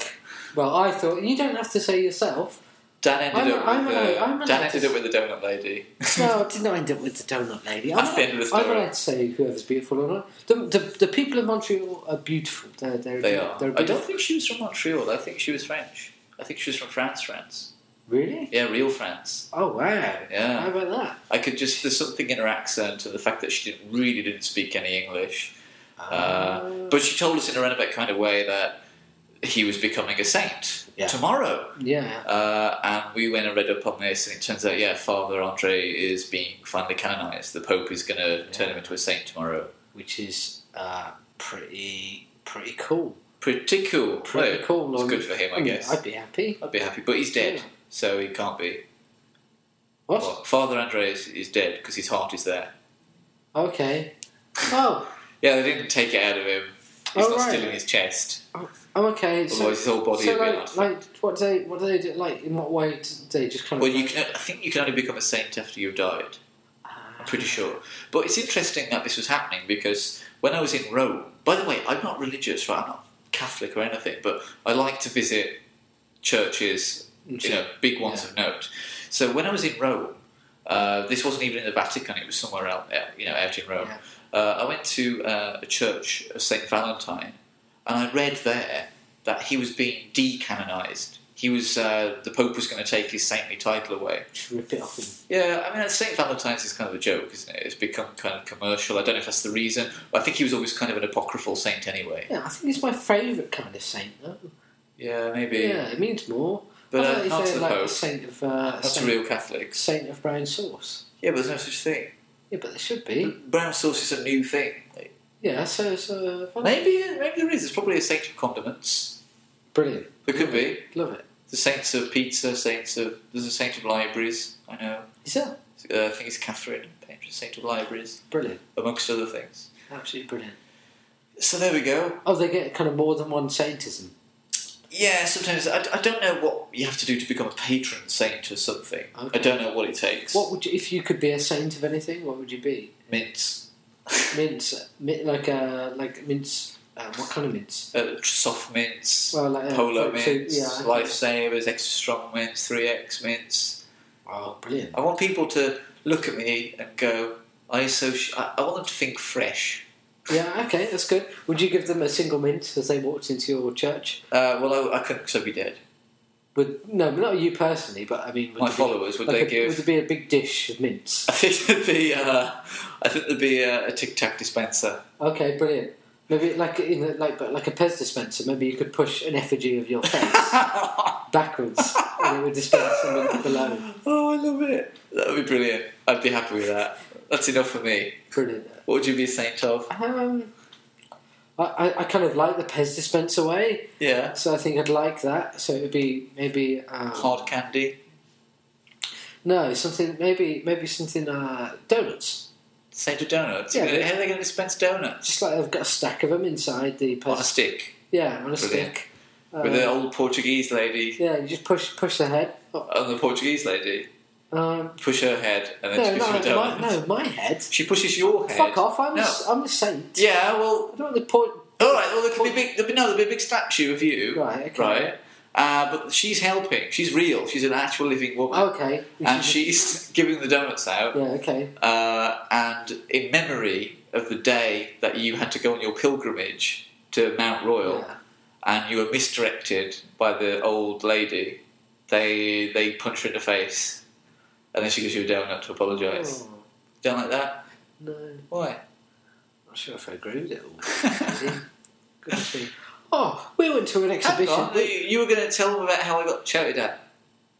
Speaker 2: Well, I thought you don't have to say yourself.
Speaker 1: Dan ended
Speaker 2: I'm a-
Speaker 1: up.
Speaker 2: I'm
Speaker 1: with,
Speaker 2: allowed-
Speaker 1: uh,
Speaker 2: I'm allowed
Speaker 1: Dan
Speaker 2: to
Speaker 1: ended
Speaker 2: s-
Speaker 1: up with the donut lady.
Speaker 2: No, I did not end up with the donut lady. I'm
Speaker 1: That's the end of the
Speaker 2: I'm
Speaker 1: story.
Speaker 2: allowed to say whoever's beautiful or not. The, the, the people of Montreal are beautiful. They're, they're,
Speaker 1: they are.
Speaker 2: They're
Speaker 1: I don't
Speaker 2: beautiful.
Speaker 1: think she was from Montreal. I think she was French. I think she was from France, France.
Speaker 2: Really?
Speaker 1: Yeah, real France.
Speaker 2: Oh wow!
Speaker 1: Yeah.
Speaker 2: How about that?
Speaker 1: I could just there's something in her accent and the fact that she didn't, really didn't speak any English. Uh,
Speaker 2: Ah.
Speaker 1: but she told us in a roundabout kind of way that he was becoming a saint
Speaker 2: Yeah.
Speaker 1: tomorrow.
Speaker 2: yeah.
Speaker 1: Uh, and we went and read up on this, and it turns out, yeah, Father Andre is being finally canonized. The Pope is going to turn him into a saint tomorrow.
Speaker 2: which is uh, pretty pretty cool.
Speaker 1: Pretty cool.
Speaker 2: Pretty
Speaker 1: Well,
Speaker 2: cool.
Speaker 1: It's
Speaker 2: I'm-
Speaker 1: good for him, I
Speaker 2: mean,
Speaker 1: guess.
Speaker 2: I'd be happy.
Speaker 1: I'd be happy, but he's dead,
Speaker 2: Yeah.
Speaker 1: so he can't be.
Speaker 2: What?
Speaker 1: Well, Father Andre is, is dead because his heart is there.
Speaker 2: Okay. Oh,
Speaker 1: Yeah, they didn't take it out of him. It's
Speaker 2: Oh,
Speaker 1: not
Speaker 2: right.
Speaker 1: still in his chest.
Speaker 2: oh, okay. So,
Speaker 1: Otherwise, his whole body
Speaker 2: so
Speaker 1: would be
Speaker 2: like,
Speaker 1: like,
Speaker 2: like, what do they, what do they do? Like, in what way do they just kind of?
Speaker 1: Well, you can. I think you can only become a saint after you've died.
Speaker 2: Ah.
Speaker 1: I'm pretty sure. But it's interesting that this was happening because when I was in Rome, by the way, I'm not religious, right? I'm not Catholic or anything, but I like to visit churches, you know, big ones
Speaker 2: Yeah.
Speaker 1: of note. So when I was in Rome, uh, this wasn't even in the Vatican; it was somewhere out, out- you know, out in Rome. Uh, I went to uh, a church of Saint Valentine, and I read there that he was being decanonized. He was uh, the Pope was going to take his saintly title away.
Speaker 2: Just rip it off. And,
Speaker 1: Yeah, I mean, St. Valentine's is kind of a joke, isn't it? It's become kind of commercial. I don't know if that's the reason. I think he was always kind of an apocryphal saint anyway.
Speaker 2: yeah, I think it's my favourite kind of saint though.
Speaker 1: Yeah, maybe.
Speaker 2: Yeah, it means more.
Speaker 1: But
Speaker 2: I
Speaker 1: uh,
Speaker 2: like
Speaker 1: not
Speaker 2: if
Speaker 1: to
Speaker 2: they're
Speaker 1: the
Speaker 2: like
Speaker 1: Pope.
Speaker 2: saint of uh,
Speaker 1: Not to
Speaker 2: saint,
Speaker 1: real Catholics.
Speaker 2: saint of brown sauce.
Speaker 1: Yeah, but there's no such thing.
Speaker 2: Yeah, but they should be.
Speaker 1: Brown sauce is a new thing.
Speaker 2: Yeah, so so uh,
Speaker 1: Maybe, maybe there is. There's probably a saint of condiments.
Speaker 2: brilliant.
Speaker 1: There could be.
Speaker 2: Love it.
Speaker 1: The saints of pizza, saints of. There's a saint of libraries. I know.
Speaker 2: Is that
Speaker 1: Uh, I think it's Catherine, patron saint of libraries,
Speaker 2: brilliant?
Speaker 1: amongst other things.
Speaker 2: Absolutely brilliant.
Speaker 1: So there we go.
Speaker 2: Oh, they get kind of more than one saintism.
Speaker 1: Yeah, sometimes I, I don't know what you have to do to become a patron saint or something. I
Speaker 2: Okay.
Speaker 1: don't know what it takes.
Speaker 2: What would you, if you could be a saint of anything? What would you be?
Speaker 1: mints?
Speaker 2: Mince, mi- like uh, like mince. Uh, what kind of mince?
Speaker 1: Uh, soft mints,
Speaker 2: Well, like uh,
Speaker 1: polo
Speaker 2: fruit soup,
Speaker 1: mints,
Speaker 2: Yeah. okay.
Speaker 1: lifesavers, extra strong mints, three X mints.
Speaker 2: Oh, brilliant!
Speaker 1: I want people to look at me and go, I associate. I, I want them to think fresh.
Speaker 2: Yeah, okay, that's good. Would you give them a single mint as they walked into your church?
Speaker 1: Uh, well, I, I couldn't because I'd be dead.
Speaker 2: Would no, not you personally, but I mean, would
Speaker 1: My
Speaker 2: there
Speaker 1: followers
Speaker 2: be,
Speaker 1: would
Speaker 2: like
Speaker 1: they
Speaker 2: a-
Speaker 1: give?
Speaker 2: Would there be a big dish of mints?
Speaker 1: I think there'd be. Uh, I think there'd be a, a Tic Tac dispenser.
Speaker 2: Okay, brilliant. Maybe like in a, like but like a Pez dispenser. Maybe you could push an effigy of your face backwards, and it would dispense some mint below.
Speaker 1: Oh, I love it. That would be brilliant. I'd be happy with that. That's enough for me.
Speaker 2: Brilliant.
Speaker 1: What would you be a saint of?
Speaker 2: Um, I, I, I kind of like the Pez dispenser way,
Speaker 1: Yeah.
Speaker 2: so I think I'd like that. So it'd be maybe um,
Speaker 1: Hard candy.
Speaker 2: No, something maybe maybe something uh, donuts.
Speaker 1: Saint of donuts.
Speaker 2: Yeah.
Speaker 1: How are they going to dispense donuts?
Speaker 2: Just like I've got a stack of them inside the Pez.
Speaker 1: On a stick.
Speaker 2: yeah, on a
Speaker 1: Brilliant.
Speaker 2: stick.
Speaker 1: With an
Speaker 2: Uh,
Speaker 1: old Portuguese lady.
Speaker 2: yeah, you just push push the head. Up.
Speaker 1: And the Portuguese lady.
Speaker 2: Um,
Speaker 1: Push her head and then
Speaker 2: no,
Speaker 1: she gives you a
Speaker 2: no, my,
Speaker 1: donut.
Speaker 2: no, my head.
Speaker 1: She pushes your head.
Speaker 2: Fuck off! I'm
Speaker 1: No.
Speaker 2: a, s- I'm a saint.
Speaker 1: Yeah, well.
Speaker 2: I don't want the point.
Speaker 1: Alright, well, there could be big. There'd be, no, there'd be a big statue of you.
Speaker 2: Right, okay.
Speaker 1: Right? Uh, but she's helping. She's real. She's an actual living woman.
Speaker 2: Oh, okay.
Speaker 1: And she's giving the donuts out.
Speaker 2: Yeah, okay.
Speaker 1: Uh, and in memory of the day that you had to go on your pilgrimage to Mount Royal
Speaker 2: Yeah.
Speaker 1: and you were misdirected by the old lady, they they punch her in the face. And then she gives you a donut to apologise.
Speaker 2: Oh,
Speaker 1: Don't like that?
Speaker 2: no.
Speaker 1: Why?
Speaker 2: not sure if I agree with it all. Goodness me. Oh, we went to an
Speaker 1: Hang
Speaker 2: exhibition.
Speaker 1: on, Oh, you- you were going to tell them about how I got shouted at.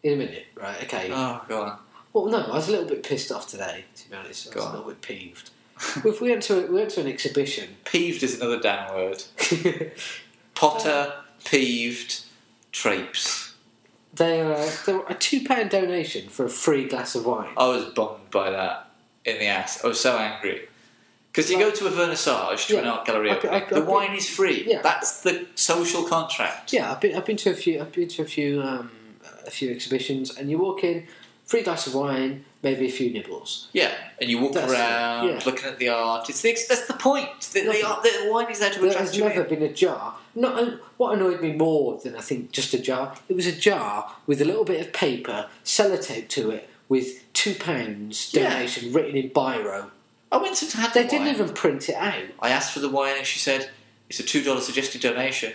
Speaker 2: In a minute, right, okay.
Speaker 1: Oh, go on.
Speaker 2: Well, no, I was a little bit pissed off today, to be honest. I
Speaker 1: Go
Speaker 2: was
Speaker 1: on.
Speaker 2: a little bit peeved. we we went to a, we went to an exhibition.
Speaker 1: Peeved is another damn word. Potter, peeved, traipse.
Speaker 2: they are uh, they were a two pound donation for a free glass of wine.
Speaker 1: I was bummed by that in the ass. I was so angry. Because you go to a vernissage, to an
Speaker 2: Yeah,
Speaker 1: art gallery,
Speaker 2: I could- I
Speaker 1: opening,
Speaker 2: could-
Speaker 1: the
Speaker 2: I could-
Speaker 1: wine is free.
Speaker 2: Yeah.
Speaker 1: That's the social contract.
Speaker 2: Yeah, I've been I've been to a few I've been to a few um, a few exhibitions, and you walk in, free glass of wine, maybe a few nibbles.
Speaker 1: Yeah, and you walk
Speaker 2: That's it,
Speaker 1: around
Speaker 2: yeah.
Speaker 1: looking at the art. It's the, that's the point. The, the,
Speaker 2: Nothing.
Speaker 1: art, the wine is there to
Speaker 2: There
Speaker 1: attract
Speaker 2: has
Speaker 1: you.
Speaker 2: never been a jar. Not what annoyed me more than I think just a jar. It was a jar with a little bit of paper, sellotape to it, with two pounds
Speaker 1: Yeah.
Speaker 2: donation written in biro.
Speaker 1: I went to have
Speaker 2: They
Speaker 1: the
Speaker 2: didn't
Speaker 1: wine.
Speaker 2: even print it out.
Speaker 1: I asked for the wine, and she said it's a two dollar suggested donation.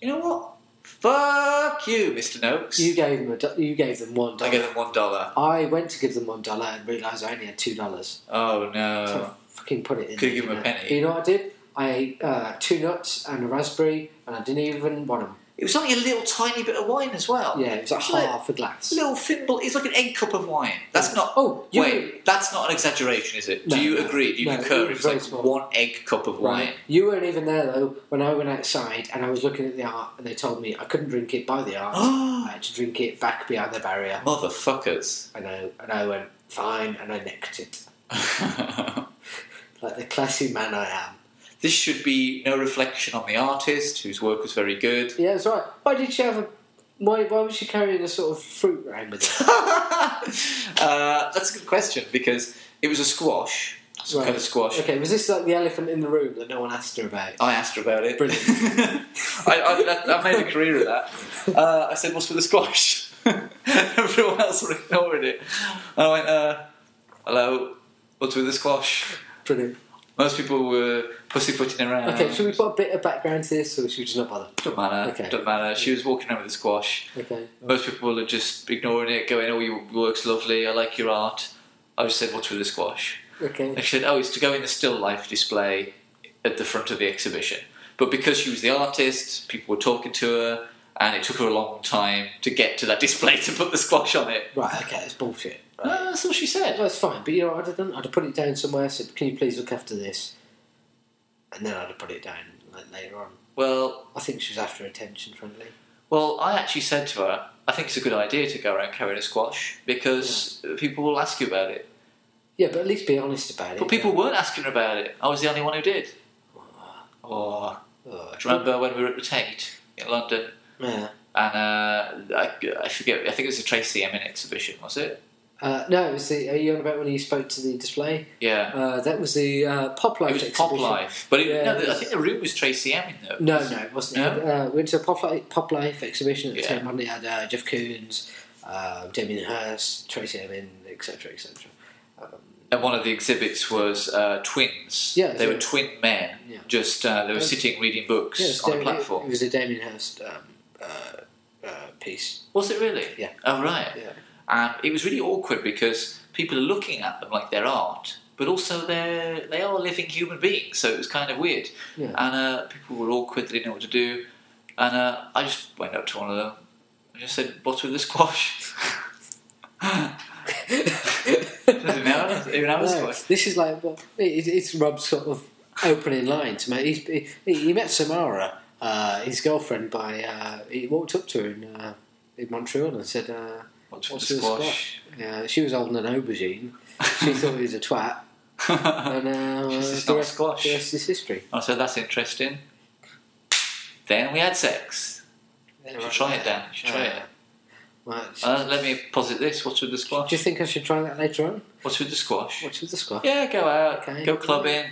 Speaker 1: You know what? Fuck you, Mister Noakes.
Speaker 2: You gave them a do- you gave them one
Speaker 1: I
Speaker 2: dollar.
Speaker 1: gave them one dollar.
Speaker 2: I went to give them one dollar and realised I only had two dollars.
Speaker 1: Oh
Speaker 2: So
Speaker 1: no!
Speaker 2: I fucking put it in.
Speaker 1: Could've
Speaker 2: there,
Speaker 1: given him a
Speaker 2: didn't I?
Speaker 1: penny.
Speaker 2: You know what I did? I ate uh, two nuts and a raspberry, and I didn't even want them.
Speaker 1: It was only a little tiny bit of wine as well.
Speaker 2: Yeah, it was like
Speaker 1: It's like
Speaker 2: half a glass.
Speaker 1: a little thimble. It's like an egg cup of wine. That's not.
Speaker 2: Oh, you
Speaker 1: wait, that's not an exaggeration, is it?
Speaker 2: No,
Speaker 1: Do you
Speaker 2: no,
Speaker 1: agree? Do you
Speaker 2: no, it
Speaker 1: concur?
Speaker 2: was
Speaker 1: It was
Speaker 2: very
Speaker 1: like
Speaker 2: small.
Speaker 1: one egg cup of
Speaker 2: Right.
Speaker 1: wine.
Speaker 2: You weren't even there though when I went outside and I was looking at the art, and they told me I couldn't drink it by the art. I had to drink it back behind the barrier.
Speaker 1: Motherfuckers.
Speaker 2: And I and I went fine, and I necked it like the classy man I am.
Speaker 1: this should be no reflection on the artist, whose work was very good.
Speaker 2: Yeah, it's right. Why did she have a? Why why was she carrying a sort of fruit round with her?
Speaker 1: uh, that's a good question because it was a squash, some kind of squash.
Speaker 2: Okay, was this like the elephant in the room that no one asked her about?
Speaker 1: I asked her about it.
Speaker 2: Brilliant.
Speaker 1: I, I, that- I made a career of that. Uh, I said, "What's for the squash?" Everyone else were ignoring it. And I went, uh, "Hello, what's with the squash?"
Speaker 2: Brilliant.
Speaker 1: Most people were pussyfooting around.
Speaker 2: Okay, should we put a bit of background to this, or should we just not bother?
Speaker 1: Don't matter.
Speaker 2: Okay.
Speaker 1: Don't matter. She was walking around with a squash.
Speaker 2: Okay.
Speaker 1: Most people are just ignoring it, going, "Oh, your work's lovely. I like your art." I just said, "What's with the squash?"
Speaker 2: Okay.
Speaker 1: And she said, "Oh, it's to go in the still life display at the front of the exhibition." But because she was the artist, people were talking to her, and it took her a long time to get to that display to put the squash on it.
Speaker 2: Right. Okay. It's bullshit. Right.
Speaker 1: Uh, that's all she said.
Speaker 2: That's fine. But you know, what I'd have done. I'd have put it down somewhere. I said, "Can you please look after this?" And then I'd have put it down like later on.
Speaker 1: Well,
Speaker 2: I think she was after attention, frankly.
Speaker 1: well, I actually said to her, "I think it's a good idea to go around carrying a squash because people will ask you about it."
Speaker 2: Yeah, but at least be honest about it.
Speaker 1: But people weren't asking her about it. I was the only one who did. Oh,
Speaker 2: Oh,
Speaker 1: do you remember when we were at the Tate in London?
Speaker 2: yeah.
Speaker 1: And uh, I, I forget. I think it was a Tracy Emin exhibition, was it?
Speaker 2: Uh, no, it was the. Are you on about when you spoke to the display?
Speaker 1: Yeah.
Speaker 2: Uh, that was the uh, pop life
Speaker 1: It was
Speaker 2: exhibition.
Speaker 1: Pop Life, but it,
Speaker 2: Yeah,
Speaker 1: no,
Speaker 2: it
Speaker 1: I
Speaker 2: was-
Speaker 1: think the room was Tracy Emin though.
Speaker 2: No, no, it wasn't. Uh, we went to a pop life, pop life exhibition at the
Speaker 1: Yeah.
Speaker 2: time. and It had uh, Jeff Koons, uh, Damien Hirst, Tracy Emin, etc., etc.
Speaker 1: And one of the exhibits was uh, twins.
Speaker 2: Yeah,
Speaker 1: they
Speaker 2: so-
Speaker 1: were twin men.
Speaker 2: Yeah.
Speaker 1: Just uh, they were
Speaker 2: Yeah.
Speaker 1: sitting reading books
Speaker 2: Yeah, it was
Speaker 1: on a
Speaker 2: Damien-
Speaker 1: platform.
Speaker 2: It was a Damien Hirst um, uh, uh, piece.
Speaker 1: was it really?
Speaker 2: Yeah.
Speaker 1: Oh right.
Speaker 2: Yeah.
Speaker 1: And it was really awkward because people are looking at them like they're art, but also they're they are living human beings, so it was kind of weird.
Speaker 2: Yeah.
Speaker 1: And uh, people were awkward; they didn't know what to do. And uh, I just went up to one of them and just said, "What's with the squash?" Doesn't matter, even have a
Speaker 2: No,
Speaker 1: squash.
Speaker 2: this is like well, it, it's Rob's sort of opening line to me. He, he, he met Samara, uh, his girlfriend, by uh, he walked up to her in, uh, in Montreal and said, uh,
Speaker 1: What's with
Speaker 2: "What's
Speaker 1: the
Speaker 2: this
Speaker 1: squash?
Speaker 2: squash?" Yeah, she was holding an aubergine. She thought he was a twat. And uh,
Speaker 1: This is
Speaker 2: the
Speaker 1: not
Speaker 2: rest,
Speaker 1: squash.
Speaker 2: the rest is history.
Speaker 1: I said, Oh, that's interesting. Then we had sex. You should try it, Dan. You should try it.
Speaker 2: Right.
Speaker 1: Uh, let me posit this. What's with the
Speaker 2: Do
Speaker 1: squash?
Speaker 2: you think I should try that later on?
Speaker 1: What's with the squash?
Speaker 2: What's with the squash?
Speaker 1: Yeah, go out,
Speaker 2: Okay.
Speaker 1: go clubbing,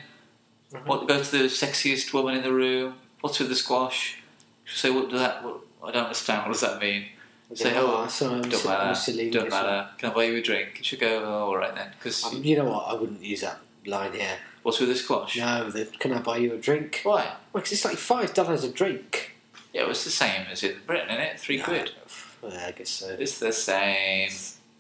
Speaker 1: what, go to the sexiest woman in the room. What's with the squash? So what does that? What, I don't understand. What does that mean? Say,
Speaker 2: Yeah,
Speaker 1: oh,
Speaker 2: so I'm
Speaker 1: don't
Speaker 2: so- I'm
Speaker 1: matter.
Speaker 2: silly,
Speaker 1: Don't
Speaker 2: it's fine.
Speaker 1: matter. Can I buy you a drink? And she'll go, oh, all right then. Because
Speaker 2: Um, you know what? I wouldn't use that line here.
Speaker 1: what's with the squash?
Speaker 2: No, the, can I buy you a drink? Well,
Speaker 1: Why?
Speaker 2: 'cause it's like five dollars a drink.
Speaker 1: Yeah, well, it's the same as in Britain, isn't it? Three
Speaker 2: No,
Speaker 1: quid.
Speaker 2: well, I guess so.
Speaker 1: It's the same.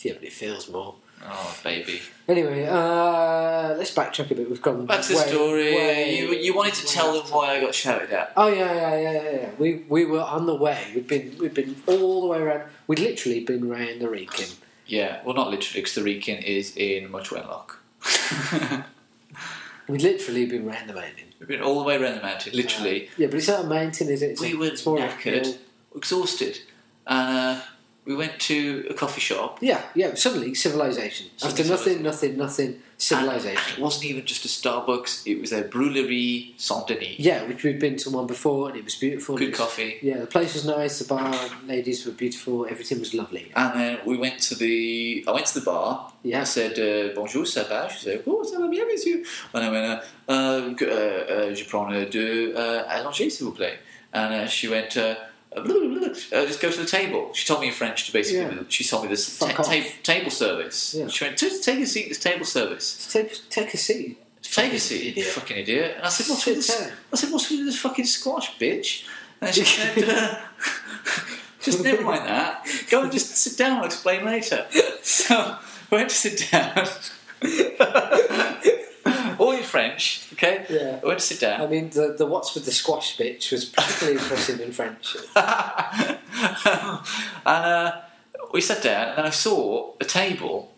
Speaker 2: Yeah, but it feels more.
Speaker 1: Oh, baby.
Speaker 2: Anyway, uh, let's backtrack a bit. We've gone
Speaker 1: Back to the
Speaker 2: way-
Speaker 1: story.
Speaker 2: way-
Speaker 1: you, you wanted to
Speaker 2: way
Speaker 1: tell
Speaker 2: off
Speaker 1: them why I got shouted at.
Speaker 2: Oh yeah, yeah, yeah, yeah, yeah. We we were on the way. We'd been we'd been all the way around. We'd literally been round the Reekin.
Speaker 1: Yeah, well, not literally, because the Rican is in Much Wenlock.
Speaker 2: We'd literally been round the mountain.
Speaker 1: We've been all the way around the mountain, literally.
Speaker 2: Yeah, but it's not a mountain, is it? It's
Speaker 1: we
Speaker 2: a,
Speaker 1: were
Speaker 2: it's more
Speaker 1: knackered,
Speaker 2: uphill.
Speaker 1: exhausted. And uh, we went to a coffee shop.
Speaker 2: Yeah, yeah. Suddenly, civilization.
Speaker 1: Suddenly
Speaker 2: After nothing, nothing, nothing. Civilization.
Speaker 1: And it wasn't even just a Starbucks, it was a Brûlerie Saint Denis.
Speaker 2: Yeah, which we'd been to one before, and it was beautiful.
Speaker 1: Good
Speaker 2: It was-
Speaker 1: coffee.
Speaker 2: Yeah, the place was nice. The bar ladies were beautiful. Everything was lovely.
Speaker 1: And then we went to the. I went to the bar. I
Speaker 2: Yeah.
Speaker 1: said, uh, bonjour, ça va? She said, oh, ça va bien, monsieur. And I went, uh, uh, g- uh, uh, je prends le deux uh, allongé, s'il vous plaît. And uh, she went, uh, uh, blah, blah, blah, uh, just go to the table. She told me in French to basically,
Speaker 2: Yeah.
Speaker 1: she told me this
Speaker 2: Fuck
Speaker 1: ta-
Speaker 2: off.
Speaker 1: ta- table service.
Speaker 2: Yeah.
Speaker 1: She went, just take a seat, this table service.
Speaker 2: Take, take a seat.
Speaker 1: Take
Speaker 2: Fucking
Speaker 1: a seat, you
Speaker 2: idiot.
Speaker 1: fucking idiot. And I said, what's with this?
Speaker 2: Sit down.
Speaker 1: I said, what's with this fucking squash, bitch? And she said, uh, just never mind that. Go and just sit down. I'll explain later. So I went to sit down. All in French, okay?
Speaker 2: Yeah.
Speaker 1: I went to sit
Speaker 2: I
Speaker 1: down.
Speaker 2: mean, the, the what's with the squash bitch was particularly impressive in French.
Speaker 1: and uh, we sat down, and I saw a table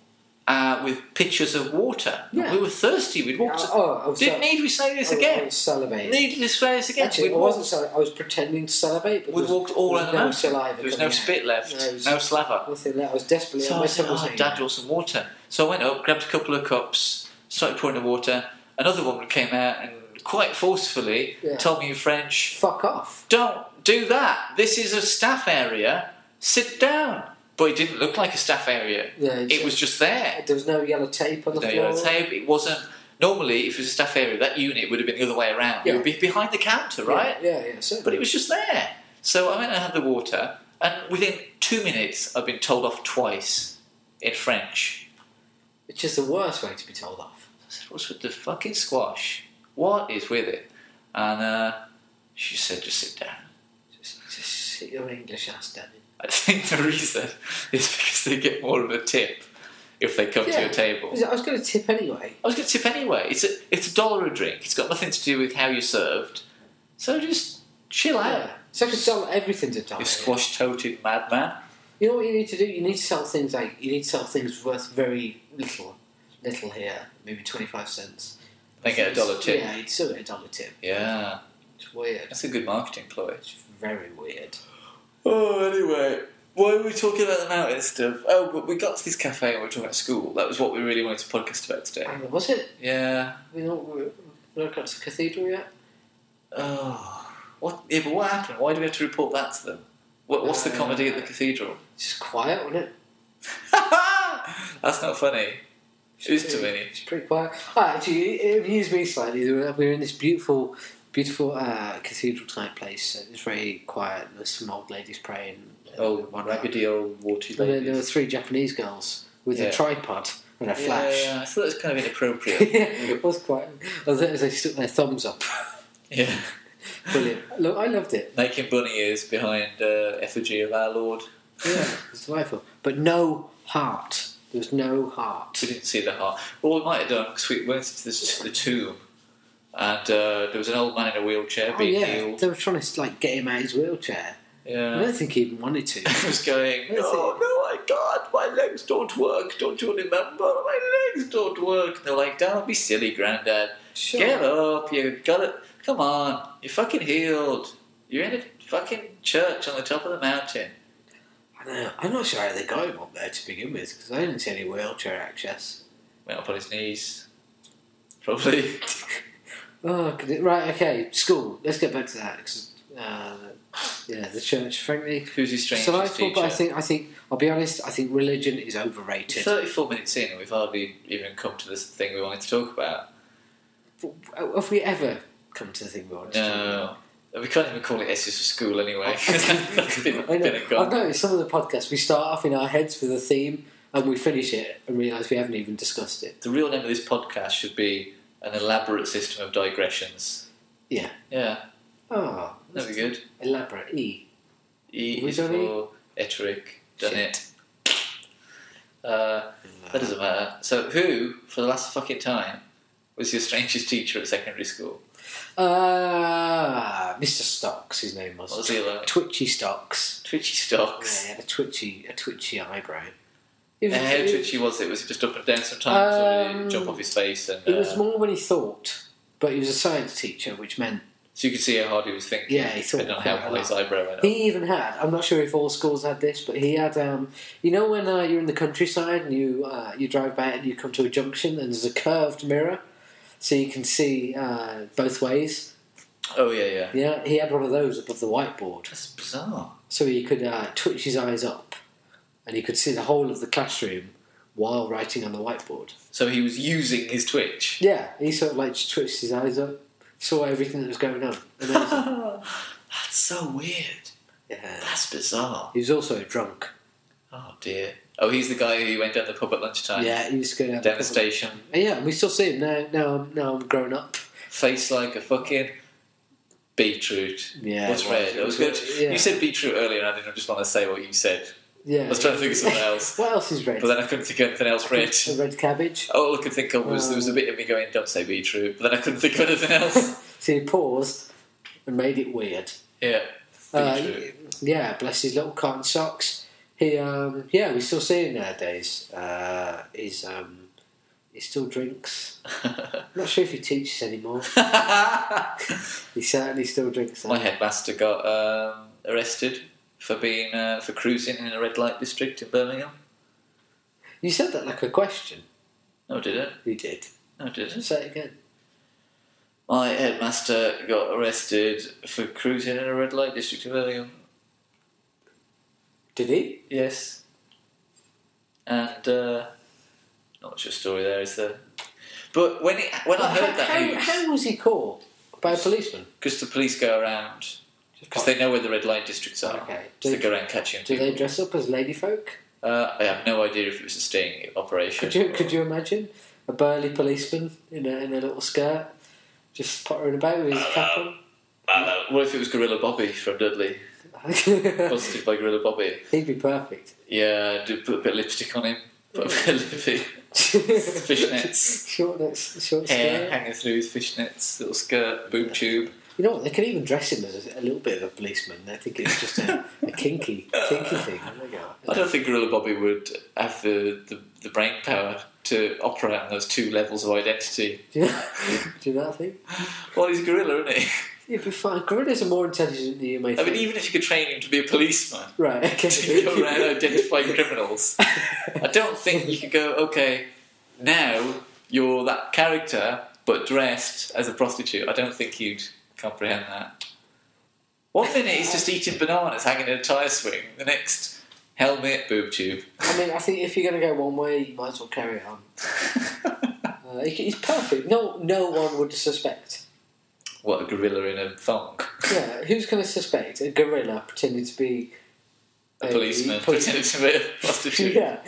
Speaker 1: uh, with pictures of water.
Speaker 2: Yeah.
Speaker 1: We were thirsty. We'd walked.
Speaker 2: Uh, oh, I was
Speaker 1: Didn't
Speaker 2: so- oh,
Speaker 1: need we say this
Speaker 2: I was- I
Speaker 1: again?
Speaker 2: was salivating.
Speaker 1: Need to say this again?
Speaker 2: Actually,
Speaker 1: We'd
Speaker 2: I wasn't salivating. I was pretending to salivate. But
Speaker 1: We
Speaker 2: there was-
Speaker 1: walked all
Speaker 2: there was
Speaker 1: around the
Speaker 2: no
Speaker 1: mountain.
Speaker 2: saliva
Speaker 1: There was no
Speaker 2: coming out.
Speaker 1: spit left,
Speaker 2: No, it was-
Speaker 1: no slaver.
Speaker 2: Nothing left. I was desperately
Speaker 1: So
Speaker 2: on
Speaker 1: I
Speaker 2: my
Speaker 1: said,
Speaker 2: tongue was
Speaker 1: oh,
Speaker 2: hanging
Speaker 1: Dad
Speaker 2: out.
Speaker 1: draws some water. So I went up, grabbed a couple of cups, started pouring the water. Another woman came out and quite forcefully
Speaker 2: Yeah.
Speaker 1: told me in French,
Speaker 2: Fuck off.
Speaker 1: Don't do that. This is a staff area. Sit down. But it didn't look like a staff area.
Speaker 2: Yeah,
Speaker 1: It was just there.
Speaker 2: There was no yellow tape on the
Speaker 1: No
Speaker 2: floor.
Speaker 1: yellow tape. It wasn't. Normally, if it was a staff area, that unit would have been the other way around. It
Speaker 2: Yeah.
Speaker 1: would be behind the counter,
Speaker 2: Yeah,
Speaker 1: right?
Speaker 2: Yeah, yeah. So,
Speaker 1: But it was just there. So I went and had the water, and within two minutes, I've been told off twice in French.
Speaker 2: which is the worst way to be told off.
Speaker 1: I said, What's with the fucking squash? What is with it? And uh, she said, Just sit down.
Speaker 2: Just, just sit your English ass down.
Speaker 1: I think the reason is because they get more of a tip if they come to
Speaker 2: Yeah.
Speaker 1: your table.
Speaker 2: I was going to tip anyway.
Speaker 1: I was going to tip anyway. It's a, it's a dollar a drink, it's got nothing to do with how you're served. So just chill out.
Speaker 2: Yeah. So I could sell everything to Tom.
Speaker 1: You squash toted madman.
Speaker 2: You know what you need to do? You need to sell things like you need to sell things worth very little, little here, maybe twenty five cents.
Speaker 1: They get a dollar tip.
Speaker 2: Yeah, you'd still get a dollar tip.
Speaker 1: yeah.
Speaker 2: It's weird.
Speaker 1: That's a good marketing ploy.
Speaker 2: It's very weird.
Speaker 1: Oh, anyway, why were we talking about the mountain stuff? Oh, but we got to this cafe and we were talking about school. That was what we really wanted to podcast about today.
Speaker 2: And was it?
Speaker 1: Yeah.
Speaker 2: We not we not got to the cathedral yet.
Speaker 1: Oh. What? Yeah, but what happened? Why do we have to report that to them? What, what's the
Speaker 2: Uh,
Speaker 1: comedy at the cathedral?
Speaker 2: It's just quiet, wasn't it?
Speaker 1: That's not funny. It is too
Speaker 2: pretty-
Speaker 1: many.
Speaker 2: It's pretty quiet. Ah, actually, it it amused me slightly. We were we were in this beautiful, beautiful uh, cathedral type place. and It was very quiet. There was some old ladies praying.
Speaker 1: Oh,
Speaker 2: One
Speaker 1: raggedy old warty
Speaker 2: And then there were
Speaker 1: ladies.
Speaker 2: three Japanese girls with
Speaker 1: Yeah.
Speaker 2: a tripod and a flash.
Speaker 1: Yeah, I thought it was kind of inappropriate.
Speaker 2: it was quite. As they- as they stuck their thumbs up,
Speaker 1: yeah.
Speaker 2: brilliant. Look, I loved it.
Speaker 1: Making bunny ears behind uh, effigy of our Lord.
Speaker 2: Yeah, it was delightful. But no heart. There was no heart.
Speaker 1: We didn't see the heart. Well, we might have done because we went to this, the tomb, and uh, there was an old man in a wheelchair
Speaker 2: Oh
Speaker 1: being
Speaker 2: yeah,
Speaker 1: healed.
Speaker 2: they were trying to like get him out of his wheelchair. I
Speaker 1: Yeah.
Speaker 2: don't think he even wanted to.
Speaker 1: He was going,
Speaker 2: Let's see.
Speaker 1: oh no, my God, my legs don't work. Don't you remember? My legs don't work. And they're like, don't be silly, Grandad.
Speaker 2: Sure.
Speaker 1: Get up. You got it. Come on. You're fucking healed. You're in a fucking church on the top of the mountain.
Speaker 2: I don't know. I'm not sure how they got him up there to begin with because I didn't see any wheelchair access.
Speaker 1: Went up on his knees. Probably.
Speaker 2: Oh, could it- right. Okay, school. Let's get back to that 'cause, uh, yeah, the church. Frankly,
Speaker 1: Who's his
Speaker 2: it's
Speaker 1: strangest
Speaker 2: delightful,
Speaker 1: teacher?
Speaker 2: but I think I think I'll be honest. I think religion is overrated.
Speaker 1: 34 minutes in, and we've hardly even come to this thing we wanted to talk about.
Speaker 2: Have we ever come to the thing we wanted to talk about?
Speaker 1: No. We can't even call it S's for school anyway. 'cause that's been,
Speaker 2: I
Speaker 1: been
Speaker 2: know.
Speaker 1: and
Speaker 2: I've
Speaker 1: gone.
Speaker 2: noticed some of the podcasts we start off in our heads with a theme and we finish it and realise we haven't even discussed it.
Speaker 1: The real name of this podcast should be an elaborate system of digressions.
Speaker 2: Yeah.
Speaker 1: Yeah,
Speaker 2: Ah,
Speaker 1: that'd be good.
Speaker 2: elaborate E.
Speaker 1: E
Speaker 2: We
Speaker 1: is
Speaker 2: done
Speaker 1: for Etterick. Done it. Uh, that doesn't matter. So, who, for the last fucking time, was your strangest teacher at secondary school?
Speaker 2: Ah, Mr. Stocks, his name was.
Speaker 1: What was he like?
Speaker 2: Twitchy Stocks.
Speaker 1: Twitchy
Speaker 2: Yeah,
Speaker 1: stocks.
Speaker 2: he had a twitchy, a twitchy eyebrow. It
Speaker 1: And how
Speaker 2: it-
Speaker 1: twitchy was it? Was it just up and down sometimes, or did
Speaker 2: Um,
Speaker 1: it jump off his face? And
Speaker 2: It
Speaker 1: uh,
Speaker 2: was more when he thought, but he was a science teacher, which meant
Speaker 1: so you could see how hard he was thinking.
Speaker 2: Yeah, he thought
Speaker 1: depending on
Speaker 2: quite
Speaker 1: how
Speaker 2: a
Speaker 1: high
Speaker 2: lot.
Speaker 1: his eyebrow went. up.
Speaker 2: He even had. I'm not sure if all schools had this, but he had. Um, you know when uh, you're in the countryside and you uh, you drive back and you come to a junction and there's a curved mirror, so you can see uh, both ways.
Speaker 1: Oh yeah, yeah.
Speaker 2: Yeah, he had one of those above the whiteboard,
Speaker 1: That's bizarre.
Speaker 2: so he could uh, twitch his eyes up, and he could see the whole of the classroom while writing on the whiteboard.
Speaker 1: So he was using his twitch.
Speaker 2: Yeah, he sort of like just twitched his eyes up, saw everything that was going on. Amazing.
Speaker 1: That's so weird.
Speaker 2: yeah.
Speaker 1: That's bizarre.
Speaker 2: He was also drunk.
Speaker 1: Oh dear. Oh, he's the guy who went down the pub at lunchtime.
Speaker 2: Yeah, he was going to
Speaker 1: Down the station,
Speaker 2: Yeah, we still see him now. Now, I'm- now I'm grown up.
Speaker 1: face like a fucking beetroot.
Speaker 2: Yeah,
Speaker 1: What's
Speaker 2: it was.
Speaker 1: red? I was going to,
Speaker 2: Yeah.
Speaker 1: You said beetroot earlier, and I didn't just want to say what you said.
Speaker 2: Yeah.
Speaker 1: I was trying to think of something else,
Speaker 2: What else is red?
Speaker 1: but then I couldn't think of anything else. Red.
Speaker 2: A red cabbage.
Speaker 1: All Oh, I could think of was there
Speaker 2: Um,
Speaker 1: was a bit of me going, "Don't say beetroot," but then I couldn't think of anything else.
Speaker 2: So he paused and made it weird.
Speaker 1: yeah,
Speaker 2: Uh,
Speaker 1: beetroot.
Speaker 2: yeah, bless his little cotton socks. He, um, yeah, we still see him nowadays. Uh, he's, um, he still drinks. I'm not sure if he teaches anymore. He certainly still drinks.
Speaker 1: My
Speaker 2: Now.
Speaker 1: headmaster got um, arrested for being uh, for cruising in a red light district in Birmingham.
Speaker 2: You said that like a question.
Speaker 1: No, did it?
Speaker 2: You did.
Speaker 1: No, did it?
Speaker 2: Say it again.
Speaker 1: My headmaster got arrested for cruising in a red light district in Birmingham.
Speaker 2: Did he?
Speaker 1: Yes. And uh, not much of a story there, is there? But when it, when I heard
Speaker 2: how,
Speaker 1: that
Speaker 2: how,
Speaker 1: news,
Speaker 2: how was he caught by a policeman?
Speaker 1: because the police go around because they know where the red light districts are.
Speaker 2: Okay.
Speaker 1: So
Speaker 2: Do,
Speaker 1: they go around catching
Speaker 2: do
Speaker 1: people.
Speaker 2: they dress up as ladyfolk?
Speaker 1: Uh, I have no idea if it was a sting operation.
Speaker 2: Could you could you imagine a burly policeman in a, in a little skirt just pottering about with his cap on?
Speaker 1: Uh, what if it was Gorilla Bobby from Dudley? Busted by Gorilla Bobby.
Speaker 2: He'd be perfect.
Speaker 1: Yeah, do put a bit of lipstick on him. Put a bit of lipstick. Fishnets.
Speaker 2: short necks, short
Speaker 1: Hair
Speaker 2: skirt.
Speaker 1: hanging through his fishnets, little skirt, boob tube.
Speaker 2: You know what? They could even dress him as a, a little bit of a policeman. I think it's just a, a kinky, kinky thing. Oh my God.
Speaker 1: I don't think Gorilla Bobby would have the, the, the brain power to operate on those two levels of identity.
Speaker 2: Do you know, do you know that thing?
Speaker 1: Well, he's a gorilla, isn't he?
Speaker 2: You'd be fine. Gorillas are more intelligent than you may
Speaker 1: I
Speaker 2: think.
Speaker 1: mean, even if you could train him to be a policeman,
Speaker 2: right?
Speaker 1: to go around
Speaker 2: Okay.
Speaker 1: identifying criminals, I don't think you could go, okay, now you're that character but dressed as a prostitute. I don't think you'd comprehend that. One minute he's just eating bananas hanging in a tyre swing, the next, helmet, boob tube.
Speaker 2: I mean, I think if you're going to go one way, you might as well carry it on. Uh, he- he's perfect. No, no one would suspect.
Speaker 1: what, a gorilla in a thong?
Speaker 2: Yeah, who's going to suspect a gorilla pretending to be
Speaker 1: A policeman
Speaker 2: police-
Speaker 1: pretending to be a prostitute.
Speaker 2: yeah,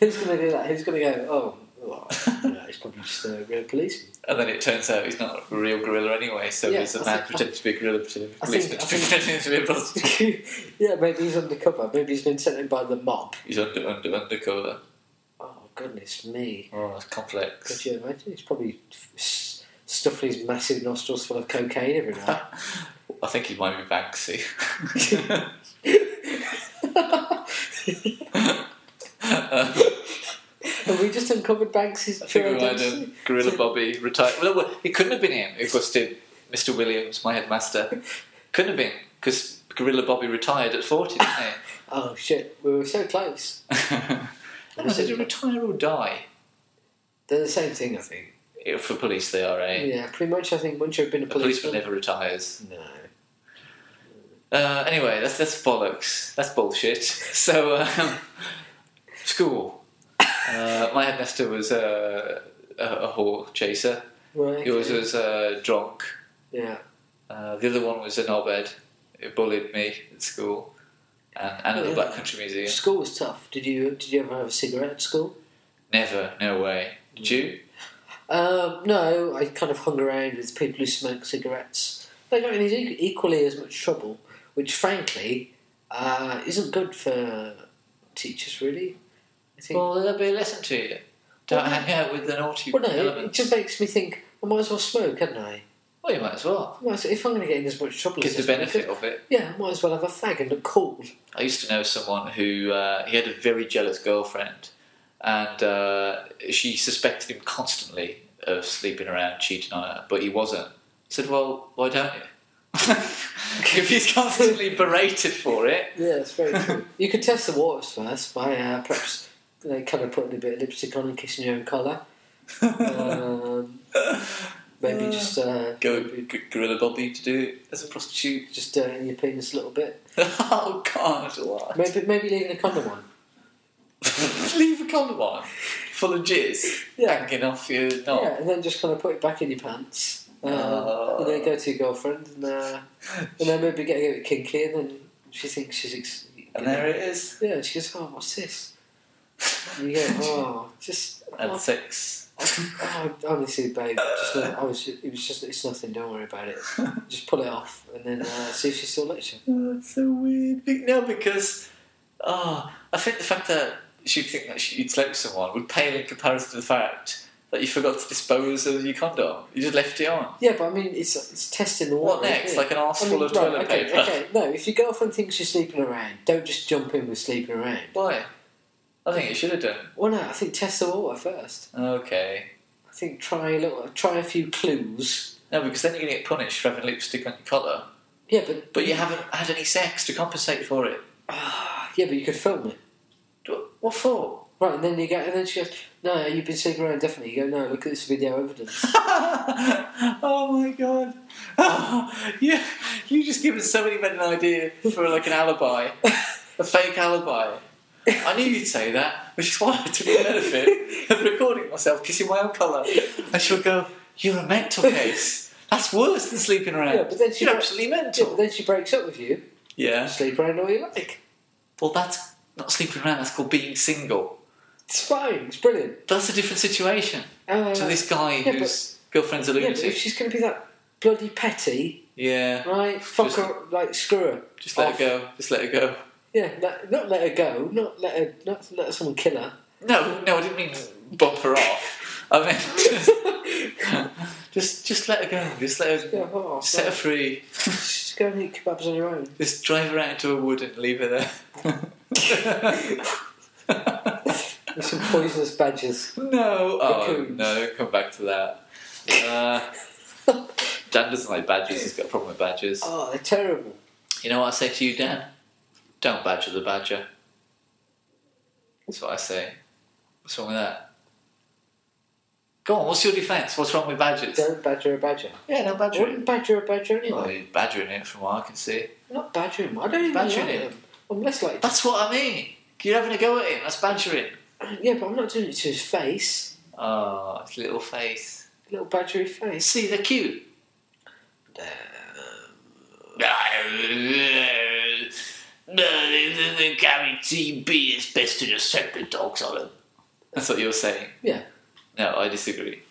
Speaker 2: who's going to do that? Who's going to go? Oh, well, no, it's probably just a real policeman.
Speaker 1: And then it turns out he's not a real gorilla anyway, so
Speaker 2: Yeah,
Speaker 1: he's a
Speaker 2: I
Speaker 1: man
Speaker 2: think-
Speaker 1: pretending to be a gorilla, pretending to be a
Speaker 2: I think-
Speaker 1: policeman,
Speaker 2: I think-
Speaker 1: pretending to be a prostitute.
Speaker 2: yeah, maybe he's undercover. Maybe he's been sent in by the mob.
Speaker 1: He's under, under, undercover.
Speaker 2: Oh goodness me!
Speaker 1: Oh, that's complex.
Speaker 2: Could you imagine? He's probably s- stuffing his massive nostrils full of cocaine every night.
Speaker 1: I think he might be Banksy.
Speaker 2: Have we just uncovered Banksy's
Speaker 1: Uh, I think
Speaker 2: true
Speaker 1: we might
Speaker 2: identity?
Speaker 1: have Gorilla Bobby retired. Well, well, it couldn't have been him. It was still Mr. Williams, my headmaster. Couldn't have been because Gorilla Bobby retired at forty, didn't
Speaker 2: Oh shit! We were so close.
Speaker 1: he? I don't know, did he retire or die?
Speaker 2: They're the same thing, I think.
Speaker 1: Yeah, For police, they are, eh?
Speaker 2: Yeah, pretty much. I think once you've been a
Speaker 1: A policeman
Speaker 2: policeman,
Speaker 1: never retires.
Speaker 2: no.
Speaker 1: Uh, anyway, that's that's bollocks. That's bullshit. So, um, school. Uh, my headmaster was uh, a, a whore chaser.
Speaker 2: Right.
Speaker 1: Yours
Speaker 2: okay.
Speaker 1: was uh, drunk.
Speaker 2: Yeah.
Speaker 1: Uh, the other one was an obed who bullied me at school, and, and at the
Speaker 2: Yeah.
Speaker 1: Black Country Museum.
Speaker 2: School was tough. Did you did you ever have a cigarette at school?
Speaker 1: Never, no way.
Speaker 2: Mm.
Speaker 1: Did you?
Speaker 2: Um, no, I kind of hung around with people who smoke cigarettes. They don't need e- equally as much trouble, which frankly uh, isn't good for teachers, really. I think.
Speaker 1: Well, there'll be a lesson to you. Don't hang out with the naughty
Speaker 2: Well, no, it- it
Speaker 1: elements.
Speaker 2: just makes me think. I might as well smoke, hadn't I?
Speaker 1: Well, you might as well.
Speaker 2: I might as- If I'm going to get in as much trouble
Speaker 1: Get
Speaker 2: as
Speaker 1: the
Speaker 2: this,
Speaker 1: benefit of it.
Speaker 2: yeah, I might as well have a fag and look cool.
Speaker 1: I used to know someone who uh, he had a very jealous girlfriend, and uh, she suspected him constantly of sleeping around, cheating on her, but he wasn't. I said, "Well, why don't you?" if he's constantly berated for it,
Speaker 2: Yeah, that's very true. you could test the waters first by uh, perhaps you know, kind of putting a bit of lipstick on and kissing your own collar. Um, maybe just uh,
Speaker 1: go with G- Gorilla Bobby to do it as a prostitute.
Speaker 2: just dirtying your penis a little bit.
Speaker 1: oh God, what?
Speaker 2: Maybe maybe leaving a condom on.
Speaker 1: Leave a condom on, full of jizz,
Speaker 2: Yeah.
Speaker 1: hanging off your knob.
Speaker 2: Yeah, and then just kind of put it back in your pants. Um,
Speaker 1: Oh.
Speaker 2: And then go to your girlfriend, and, uh, and then maybe getting a bit kinky, and then she thinks she's. Ex-
Speaker 1: And there it is.
Speaker 2: Yeah, and she goes, "Oh, what's this?" And you go, "Oh, just."
Speaker 1: And
Speaker 2: oh,
Speaker 1: sex.
Speaker 2: oh, honestly, babe, just, no- I was, it was just, it's nothing. Don't worry about it. Just pull it off, and then uh, see if she still lets you.
Speaker 1: Oh, that's so weird. Be- No, because oh, I think the fact that she'd think that she- you'd slept with someone would pale in comparison to the fact that you forgot to dispose of your condom. You just left it on.
Speaker 2: Yeah, but I mean, it's it's testing the water.
Speaker 1: What
Speaker 2: isn't
Speaker 1: next?
Speaker 2: it?
Speaker 1: Like an arse full of toilet
Speaker 2: okay,
Speaker 1: paper.
Speaker 2: Okay, no, if your girlfriend thinks you're sleeping around, don't just jump in with sleeping around.
Speaker 1: Why? I think it should have done.
Speaker 2: Well, no, I think test the water first.
Speaker 1: Okay.
Speaker 2: I think try a little, try a few clues.
Speaker 1: No, because then you're going to get punished for having lipstick on your collar.
Speaker 2: Yeah, but
Speaker 1: But you haven't had any sex to compensate for it.
Speaker 2: yeah, but you could film it,
Speaker 1: Do- What for?
Speaker 2: right? And then you go, and then she goes, "No, you've been sleeping around, definitely." You go, "No, look at this video evidence."
Speaker 1: oh my god. you, you just given so many men an idea for like an alibi, a fake alibi. I knew you'd say that, which is why I took the benefit of recording myself kissing my own collar. And she'll go, You're a mental case. That's worse than sleeping around.
Speaker 2: Yeah, but then she
Speaker 1: You're
Speaker 2: got-
Speaker 1: absolutely
Speaker 2: yeah, but
Speaker 1: mental.
Speaker 2: then she breaks up with you.
Speaker 1: Yeah.
Speaker 2: Sleep around all you like.
Speaker 1: Well, that's not sleeping around, that's called being single.
Speaker 2: It's fine. It's brilliant.
Speaker 1: That's a different situation
Speaker 2: Uh,
Speaker 1: to this guy
Speaker 2: yeah, but-
Speaker 1: whose girlfriend's a
Speaker 2: yeah, but
Speaker 1: lunatic.
Speaker 2: if she's going to be that bloody petty,
Speaker 1: Yeah.
Speaker 2: right? Fuck
Speaker 1: Just-
Speaker 2: her, like screw her.
Speaker 1: Just let
Speaker 2: Off.
Speaker 1: it go. Just let it go.
Speaker 2: Yeah, let, not let her go. Not let her. Not let someone kill her.
Speaker 1: No, no, I didn't mean bump her off. I meant just, just, just let her go. Just let her,
Speaker 2: Yeah, oh,
Speaker 1: set her free.
Speaker 2: Just go and eat kebabs on your own.
Speaker 1: Just drive her out into a wood and leave her there.
Speaker 2: With some poisonous badgers.
Speaker 1: no, oh
Speaker 2: Raccoons.
Speaker 1: no, don't come back to that. Uh, Dan doesn't like badgers. He's got a problem with badgers.
Speaker 2: Oh, they're terrible.
Speaker 1: You know what I say to you, Dan? Don't badger the badger. That's what I say. What's wrong with that? Go on. What's your defence? What's wrong with badgers?
Speaker 2: Don't badger a badger.
Speaker 1: Yeah, no
Speaker 2: I
Speaker 1: badgering.
Speaker 2: wouldn't badger a badger
Speaker 1: Well,
Speaker 2: anyway.
Speaker 1: he's badgering it from what I can see.
Speaker 2: I'm not badgering him. I don't even
Speaker 1: Badgering
Speaker 2: like
Speaker 1: him.
Speaker 2: him. I'm less like.
Speaker 1: That's what I mean. You're having a go at him. That's badgering.
Speaker 2: Yeah, but I'm not doing it to his face.
Speaker 1: Oh, his little face.
Speaker 2: Little badgery face.
Speaker 1: See, they're cute. No, they, they, they carry TB. It's best to just set the dogs on them. That's what you're saying.
Speaker 2: Yeah.
Speaker 1: No, I disagree.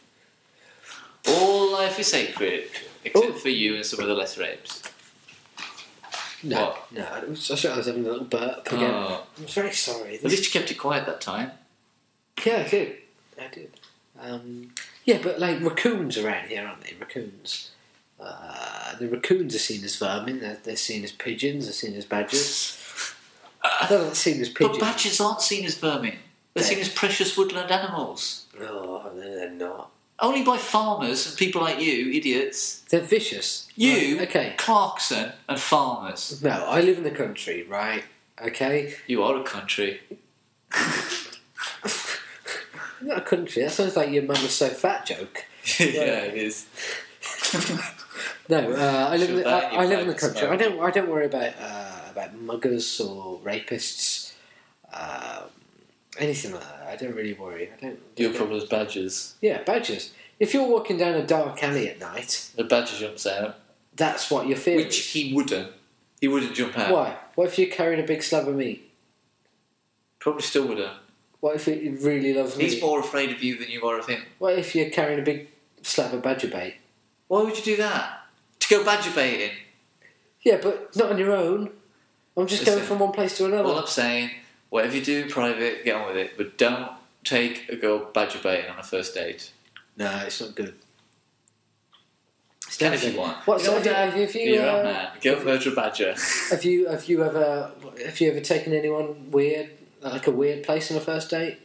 Speaker 1: All life is sacred, except
Speaker 2: Oh.
Speaker 1: for you and some of the lesser apes.
Speaker 2: No.
Speaker 1: What?
Speaker 2: No. I was- I thought I was having a little burp again.
Speaker 1: Oh.
Speaker 2: I'm very sorry.
Speaker 1: At least you kept it quiet that time.
Speaker 2: Yeah, I did. I did. Um, yeah, but like raccoons around here, aren't they? Raccoons. Uh, the raccoons are seen as vermin. They're, they're seen as pigeons. They're seen as badgers. they're not seen as
Speaker 1: But
Speaker 2: pigeons.
Speaker 1: badgers aren't seen as vermin. They're seen as precious woodland animals.
Speaker 2: oh, no, they're not.
Speaker 1: Only by farmers and people like you, idiots.
Speaker 2: They're vicious.
Speaker 1: You,
Speaker 2: Right, okay.
Speaker 1: Clarkson, and farmers.
Speaker 2: No, I live in the country, right? Okay.
Speaker 1: You are a country.
Speaker 2: I'm not a country. That sounds like your mum was so fat joke.
Speaker 1: yeah, it is.
Speaker 2: No, uh, I live. In
Speaker 1: Should
Speaker 2: the,
Speaker 1: that
Speaker 2: I, I
Speaker 1: you
Speaker 2: live in the
Speaker 1: focus
Speaker 2: country.
Speaker 1: on?
Speaker 2: I don't. I don't worry about uh, about muggers or rapists, um, anything like that. I don't really worry. I don't.
Speaker 1: Your problem is badgers.
Speaker 2: Yeah, badgers. If you're walking down a dark alley at night,
Speaker 1: The badger jumps out.
Speaker 2: That's what your fear
Speaker 1: Which uh, he wouldn't. He wouldn't jump
Speaker 2: is.
Speaker 1: out.
Speaker 2: Why? What if you're carrying a big slab of meat?
Speaker 1: Probably still wouldn't.
Speaker 2: What if it really loves
Speaker 1: He's
Speaker 2: meat?
Speaker 1: more afraid of you than you are of him.
Speaker 2: What if you're carrying a big slab of badger bait?
Speaker 1: Why would you do that? To go badger baiting.
Speaker 2: Yeah, but not on your own. I'm just going
Speaker 1: Listen.
Speaker 2: from one place to another.
Speaker 1: All I'm saying, whatever you do in private, get on with it. But don't take a girl badger baiting on a first date.
Speaker 2: no, it's not good. It's
Speaker 1: Can
Speaker 2: never
Speaker 1: if you
Speaker 2: good.
Speaker 1: want.
Speaker 2: What's
Speaker 1: you know
Speaker 2: have you, have you, have you,
Speaker 1: You're a
Speaker 2: uh,
Speaker 1: man. Go murder a badger.
Speaker 2: have you have you ever have you ever taken anyone weird like a weird place on a first date?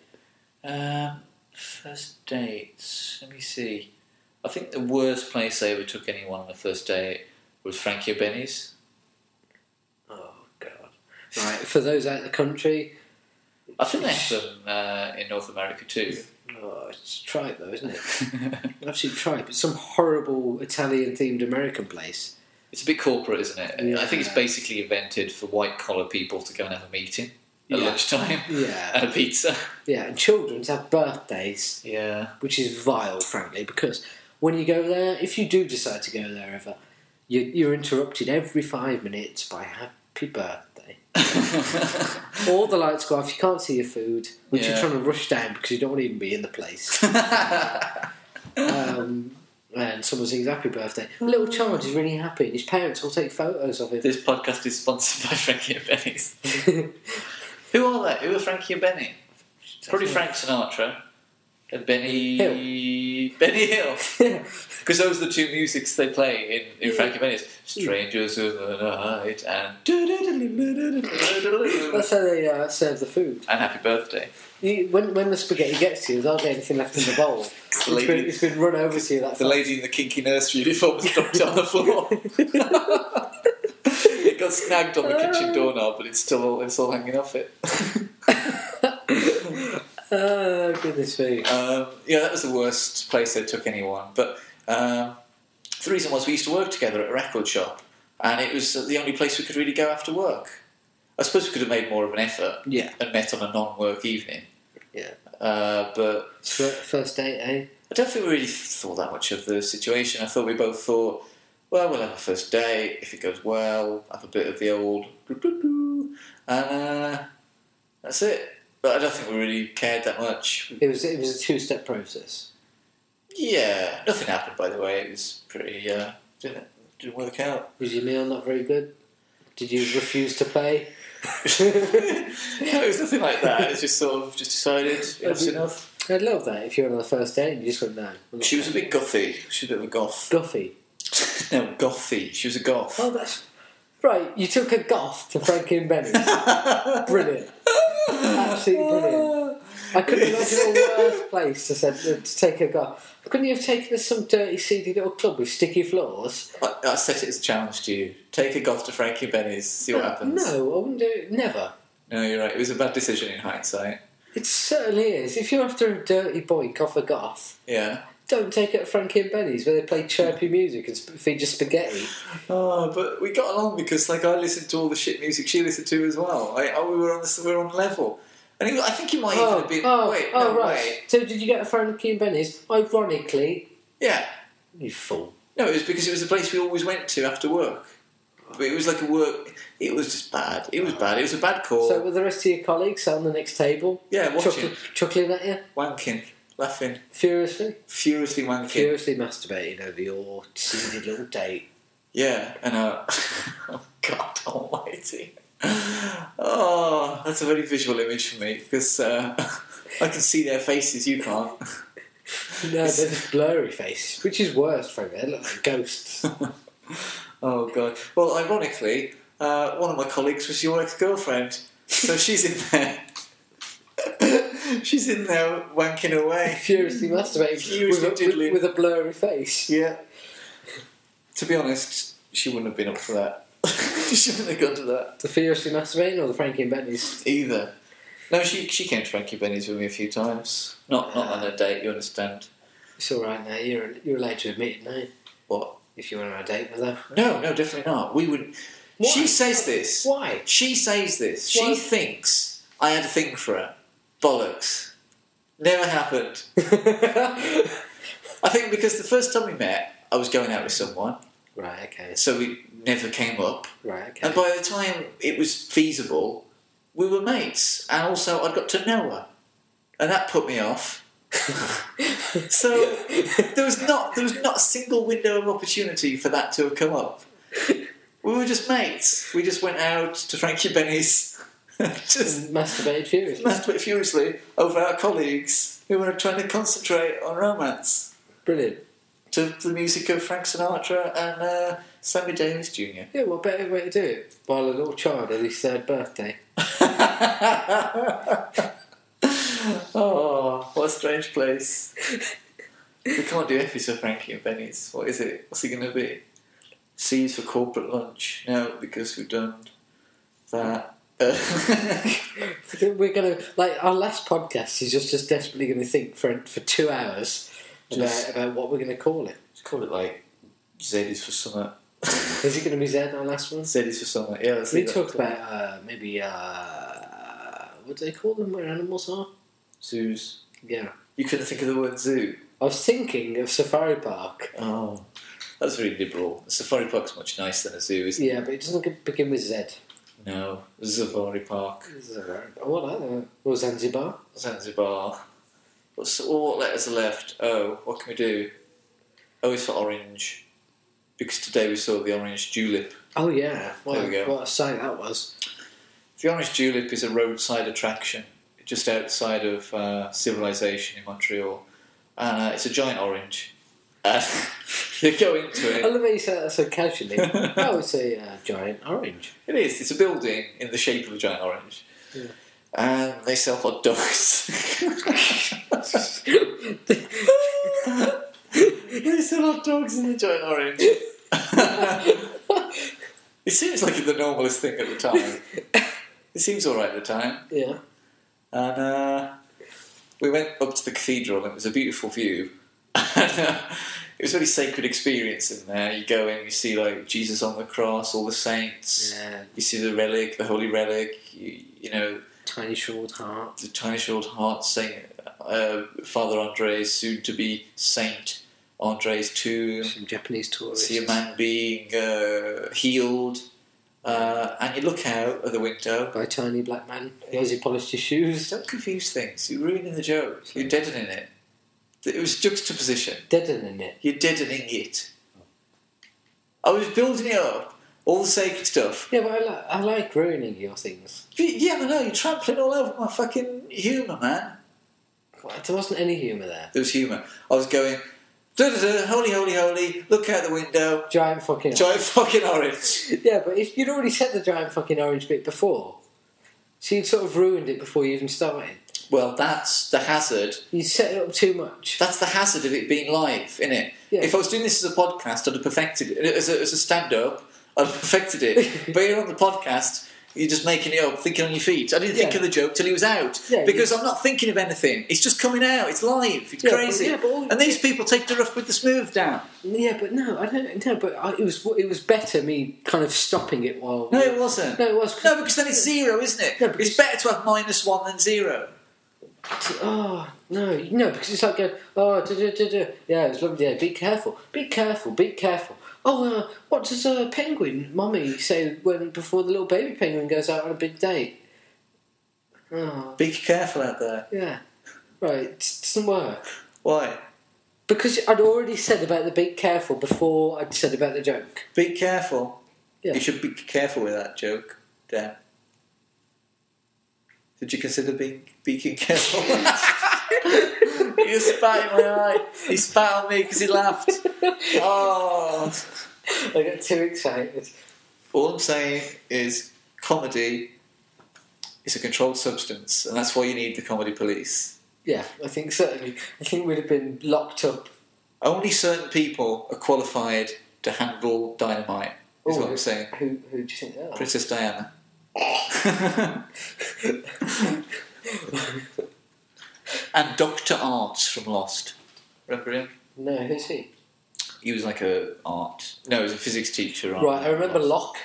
Speaker 1: Um, first dates. Let me see. I think the worst place I ever took anyone on a first date was Frankie Benny's.
Speaker 2: Oh God! Right, for those out of the country,
Speaker 1: I think they have them uh, in North America too.
Speaker 2: oh, it's tripe though, isn't it? Absolute tripe. It's some horrible Italian-themed American place.
Speaker 1: it's a bit corporate, isn't it? I think it's
Speaker 2: Yeah.
Speaker 1: basically invented for white collar people to go and have a meeting at
Speaker 2: Yeah.
Speaker 1: lunchtime
Speaker 2: Yeah,
Speaker 1: and a pizza.
Speaker 2: yeah. And children's have birthdays.
Speaker 1: Yeah.
Speaker 2: which is vile, frankly, because when you go there, if you do decide to go there ever, you, you're interrupted every five minutes by happy birthday. All the lights go off, you can't see your food, which you're
Speaker 1: Yeah.
Speaker 2: trying to rush down because you don't want to even be in the place. um, and someone sings happy birthday. Little child is really happy, and his parents all take photos of him.
Speaker 1: This podcast is sponsored by Frankie and Benny's. Who are they? Who are Frankie and Benny? It's probably Frank Sinatra and Benny Benny Hill. Because those are the two musics they play in, in Frankie and Benny's. Strangers of the Night and
Speaker 2: That's how they uh, serve the food.
Speaker 1: and Happy Birthday.
Speaker 2: You, when, when the spaghetti gets to you, there's hardly anything left in the bowl. It's
Speaker 1: Lady-
Speaker 2: been, it's been run over to you. That's
Speaker 1: The lady in the kinky nursery uniform was dropped on the floor. it got snagged on the kitchen doorknob, but it's still it's all hanging off it.
Speaker 2: Oh, goodness me.
Speaker 1: Um, yeah, that was the worst place they took anyone. But um, the reason was we used to work together at a record shop, and it was the only place we could really go after work. I suppose we could have made more of an effort
Speaker 2: Yeah.
Speaker 1: and met on a non-work evening.
Speaker 2: Yeah.
Speaker 1: Uh, but
Speaker 2: Fir- First date, eh?
Speaker 1: I don't think we really thought that much of the situation. I thought we both thought, well, we'll have a first date. If it goes well, have a bit of the old boo boo boo, and uh, that's it. But I don't think we really cared that much.
Speaker 2: It was it was a two step process.
Speaker 1: Yeah, nothing happened by the way. It was pretty. Uh, didn't didn't work out.
Speaker 2: Was your meal not very good? Did you refuse to pay?
Speaker 1: no, it was nothing like that. It's just sort of just decided. Enough's enough.
Speaker 2: I'd love that if you went on the first date and you just went no. I'm not
Speaker 1: She was a
Speaker 2: paying."
Speaker 1: bit gothy. She was a bit of a goth.
Speaker 2: Goffy.
Speaker 1: no, gothy. She was a goth.
Speaker 2: Oh, that's right. You took a goth to Frankie and Benny's. brilliant. Absolutely brilliant. I couldn't imagine a worse place to, send, to take a goth. Couldn't you have taken us some dirty, seedy little club with sticky floors?
Speaker 1: I, I set it as a challenge to you. Take a goth to Frankie Benny's. See what happens.
Speaker 2: Uh, No, I wouldn't do it. Never.
Speaker 1: No, you're right. It was a bad decision in hindsight.
Speaker 2: It certainly is. If you're after a dirty boy, cough a goth,
Speaker 1: Yeah.
Speaker 2: don't take it at Frankie and Benny's where they play chirpy music and sp- feed you spaghetti.
Speaker 1: Oh, but we got along because like I listened to all the shit music she listened to as well. I, I, we were on this, we were on level. And he, I think he might even
Speaker 2: Oh,
Speaker 1: have been.
Speaker 2: oh,
Speaker 1: wait,
Speaker 2: oh,
Speaker 1: no,
Speaker 2: right.
Speaker 1: wait.
Speaker 2: So did you get a Frankie and Benny's? Ironically,
Speaker 1: Yeah.
Speaker 2: you fool.
Speaker 1: No, it was because it was the place we always went to after work. But it was like a work. It was just bad. It was bad. It was a bad call.
Speaker 2: So were the rest of your colleagues sat on the next table?
Speaker 1: Oh. yeah, watching,
Speaker 2: Chuckling, chuckling at you?
Speaker 1: wanking, laughing,
Speaker 2: Furiously?
Speaker 1: furiously wanking.
Speaker 2: Furiously masturbating over your seedy little date.
Speaker 1: yeah, and uh, oh God Almighty. Oh, that's a very visual image for me because uh, I can see their faces. You can't.
Speaker 2: No, they're just blurry faces, which is worse, frankly. They look like ghosts.
Speaker 1: Oh god. Well, ironically, uh, one of my colleagues was your ex-girlfriend, so she's in there. she's in there wanking away.
Speaker 2: Furiously masturbating
Speaker 1: Furiously
Speaker 2: with, a,
Speaker 1: diddling.
Speaker 2: with, with a blurry face.
Speaker 1: Yeah. To be honest, she wouldn't have been up for that. she wouldn't have gone to that
Speaker 2: The Furiously Masturbating or the Frankie and Benny's?
Speaker 1: either. No, she she came to Frankie Benny's with me a few times. Uh, Not not on a date, you understand.
Speaker 2: It's all right now. You're you're allowed to admit it now.
Speaker 1: What?
Speaker 2: If you went on a date with her,
Speaker 1: No, no, definitely not. We would.
Speaker 2: Why?
Speaker 1: She says this.
Speaker 2: why?
Speaker 1: She says this. She
Speaker 2: Why?
Speaker 1: thinks I had a thing for her. Bollocks. Never happened. I think because the first time we met, I was going out with someone,
Speaker 2: Right, okay.
Speaker 1: so it never came up.
Speaker 2: Right, okay.
Speaker 1: And by the time it was feasible, we were mates, and also I got to know her, and that put me off. So there was not there was not a single window of opportunity for that to have come up. We were just mates. We just went out to Frankie Benny's, just
Speaker 2: Masturbated furiously.
Speaker 1: masturbate furiously over our colleagues who were trying to concentrate on romance
Speaker 2: Brilliant.
Speaker 1: to the music of Frank Sinatra and uh, Sammy Davis Jr.
Speaker 2: Yeah, what better way to do it? While a little child at his third birthday.
Speaker 1: oh, what a strange place. we can't do Effie's for Frankie and Benny's. What is it? What's it going to be? C's for corporate lunch. No, because we've done that. Uh,
Speaker 2: We're gonna like our last podcast is just just desperately gonna think for for two hours
Speaker 1: Just-
Speaker 2: about, about what we're gonna call it.
Speaker 1: Let's call it like Z is for summer.
Speaker 2: Is it gonna be Zed our last one?
Speaker 1: Z is for summer. Yeah, let's
Speaker 2: We
Speaker 1: do that.
Speaker 2: talk about uh, maybe uh, what do they call them where animals are?
Speaker 1: zoos.
Speaker 2: Yeah,
Speaker 1: You couldn't think of the word zoo.
Speaker 2: I was thinking of Safari Park.
Speaker 1: Oh, that's very liberal. A safari park's much nicer than a zoo, isn't
Speaker 2: Yeah, but it doesn't begin with Z.
Speaker 1: it? No, safari park.
Speaker 2: What are they? Or Zanzibar?
Speaker 1: Zanzibar. What's, well, what letters are left? Oh, what can we do? O is for orange. Because today we saw the orange julep.
Speaker 2: Oh yeah, what,
Speaker 1: There we go.
Speaker 2: what a sight that was.
Speaker 1: The orange julep is a roadside attraction just outside of uh, civilization in Montreal. And uh, it's a giant orange. And you go
Speaker 2: I
Speaker 1: into it.
Speaker 2: love how you said that so casually. oh, it's a uh, giant orange.
Speaker 1: It is. It's a building in the shape of a giant orange.
Speaker 2: Yeah.
Speaker 1: And they sell hot dogs. they sell hot dogs in the giant orange. it seems like the normalest thing at the time. It seems all right at the time.
Speaker 2: yeah.
Speaker 1: And uh, we went up to the cathedral, and it was a beautiful view. And, uh, it was a really sacred experience in there. You go in, you see like Jesus on the cross, all the saints.
Speaker 2: yeah.
Speaker 1: You see the relic, the holy relic. You, you know
Speaker 2: Tiny short heart.
Speaker 1: the tiny short heart, Saint uh, Father Andre's soon-to-be Saint Andre's tomb
Speaker 2: Some Japanese tourists.
Speaker 1: see a man being uh, healed, uh, and you look out of the window.
Speaker 2: By a tiny black man. Where's he polished his shoes?
Speaker 1: Don't confuse things. You're ruining the joke. You're deadening it. It was juxtaposition.
Speaker 2: Deadening it.
Speaker 1: You're deadening it. I was building it up. All the sacred stuff.
Speaker 2: Yeah, but I, li- I like ruining your things.
Speaker 1: But yeah, but no, you're trampling all over my fucking humour, man.
Speaker 2: There wasn't any humour there.
Speaker 1: There was humour. I was going, duh, duh, duh, holy, holy, holy, look out the window,
Speaker 2: Giant fucking.
Speaker 1: giant fucking orange.
Speaker 2: yeah, but if you'd already said the giant fucking orange bit before, so you'd sort of ruined it before you even started.
Speaker 1: Well, that's the hazard
Speaker 2: You set it up too much.
Speaker 1: That's the hazard of it being live, isn't it?
Speaker 2: Yeah.
Speaker 1: If I was doing this as a podcast, I'd have perfected it. As a, as a stand up, I'd have perfected it. but here on the podcast, you're just making it up, thinking on your feet. I didn't think
Speaker 2: Yeah.
Speaker 1: of the joke till he was out
Speaker 2: Yeah,
Speaker 1: because I'm not thinking of anything. It's just coming out. It's live. It's
Speaker 2: Yeah, but-
Speaker 1: crazy.
Speaker 2: yeah, but all-
Speaker 1: and these people take the rough with the smooth down.
Speaker 2: Yeah, but no, I don't know. But I, it was it was better me kind of stopping it while.
Speaker 1: No, it wasn't.
Speaker 2: No, it was. 'cause-
Speaker 1: No, because then it's zero, isn't it?
Speaker 2: No, because-
Speaker 1: It's better to have minus one than zero.
Speaker 2: Oh no, no, because it's like going. Oh, duh, duh, duh, duh. yeah, it's lovely. Yeah, be careful, be careful, be careful. Oh, uh, what does a penguin mummy say when before the little baby penguin goes out on a big date? Oh,
Speaker 1: Be careful out there.
Speaker 2: yeah, right. It just doesn't work
Speaker 1: Why?
Speaker 2: because I'd already said about the be careful before I'd said about the joke.
Speaker 1: Be careful.
Speaker 2: Yeah.
Speaker 1: You should be careful with that joke, Dan. Did you consider being being careful? you spat in my eye. He spat on me because he laughed. Oh.
Speaker 2: I got too excited.
Speaker 1: All I'm saying is comedy is a controlled substance, and that's why you need the comedy police.
Speaker 2: Yeah, I think certainly. I think we'd have been locked up.
Speaker 1: Only certain people are qualified to handle dynamite. Is what
Speaker 2: who-
Speaker 1: I'm saying.
Speaker 2: Who, who do you think they are?
Speaker 1: Princess Diana. and Doctor Arts from Lost. Remember him?
Speaker 2: No, who's he?
Speaker 1: He was like a art. No, he was a physics teacher. on-
Speaker 2: Right, I remember Locke.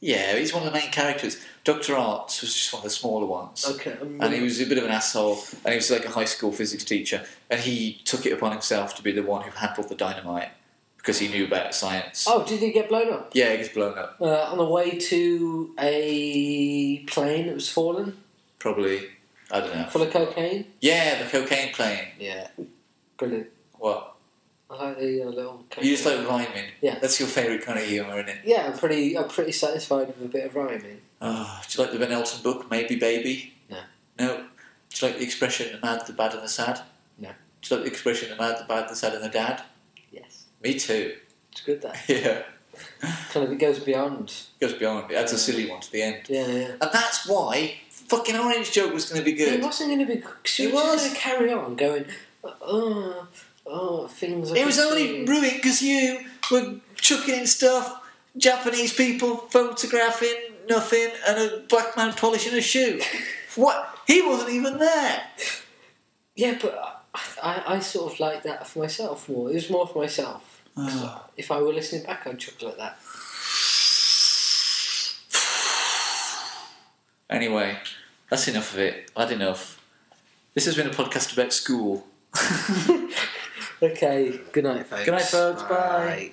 Speaker 1: Yeah, he's one of the main characters. Doctor Arts was just one of the smaller ones.
Speaker 2: Okay, I'm
Speaker 1: And he was a bit of an asshole, and he was like a high school physics teacher, and he took it upon himself to be the one who handled the dynamite because he knew about science.
Speaker 2: Oh, did he get blown up?
Speaker 1: Yeah, he gets blown up.
Speaker 2: Uh, on the way to a plane that was fallen
Speaker 1: Probably. I don't know.
Speaker 2: full of cocaine?
Speaker 1: Yeah, the cocaine plane.
Speaker 2: Yeah. Brilliant.
Speaker 1: What?
Speaker 2: I like the uh, little cocaine.
Speaker 1: You just like rhyming.
Speaker 2: Yeah.
Speaker 1: That's your favourite kind of humour, isn't it?
Speaker 2: Yeah, I'm pretty, I'm pretty satisfied with a bit of rhyming.
Speaker 1: Oh, do you like the Ben Elton book, Maybe Baby?
Speaker 2: No.
Speaker 1: No? Do you like the expression, the mad, the bad, and the sad?
Speaker 2: No.
Speaker 1: Do you like the expression, the mad, the bad, the sad, and the dad?
Speaker 2: Yes.
Speaker 1: Me too.
Speaker 2: It's good that.
Speaker 1: Yeah.
Speaker 2: Kind of, it goes beyond.
Speaker 1: Goes beyond it. That's a silly one to the end.
Speaker 2: Yeah, yeah.
Speaker 1: And that's why fucking Orange Joke was going to be
Speaker 2: He
Speaker 1: good.
Speaker 2: wasn't going to be. He
Speaker 1: He
Speaker 2: was
Speaker 1: was.
Speaker 2: going to carry on going, oh, oh, things. I
Speaker 1: It was
Speaker 2: could
Speaker 1: only
Speaker 2: do."
Speaker 1: ruined because you were chucking in stuff, Japanese people photographing nothing, and a black man polishing a shoe. what? He wasn't even there.
Speaker 2: Yeah, but I, I, I sort of like that for myself more. It was more for myself. 'Cause
Speaker 1: Ah.
Speaker 2: If I were listening back, I'd chuckle at that.
Speaker 1: Anyway, that's enough of it. I've had enough. This has been a podcast about school.
Speaker 2: Okay, good night, folks.
Speaker 1: Good night, folks. Bye. Bye.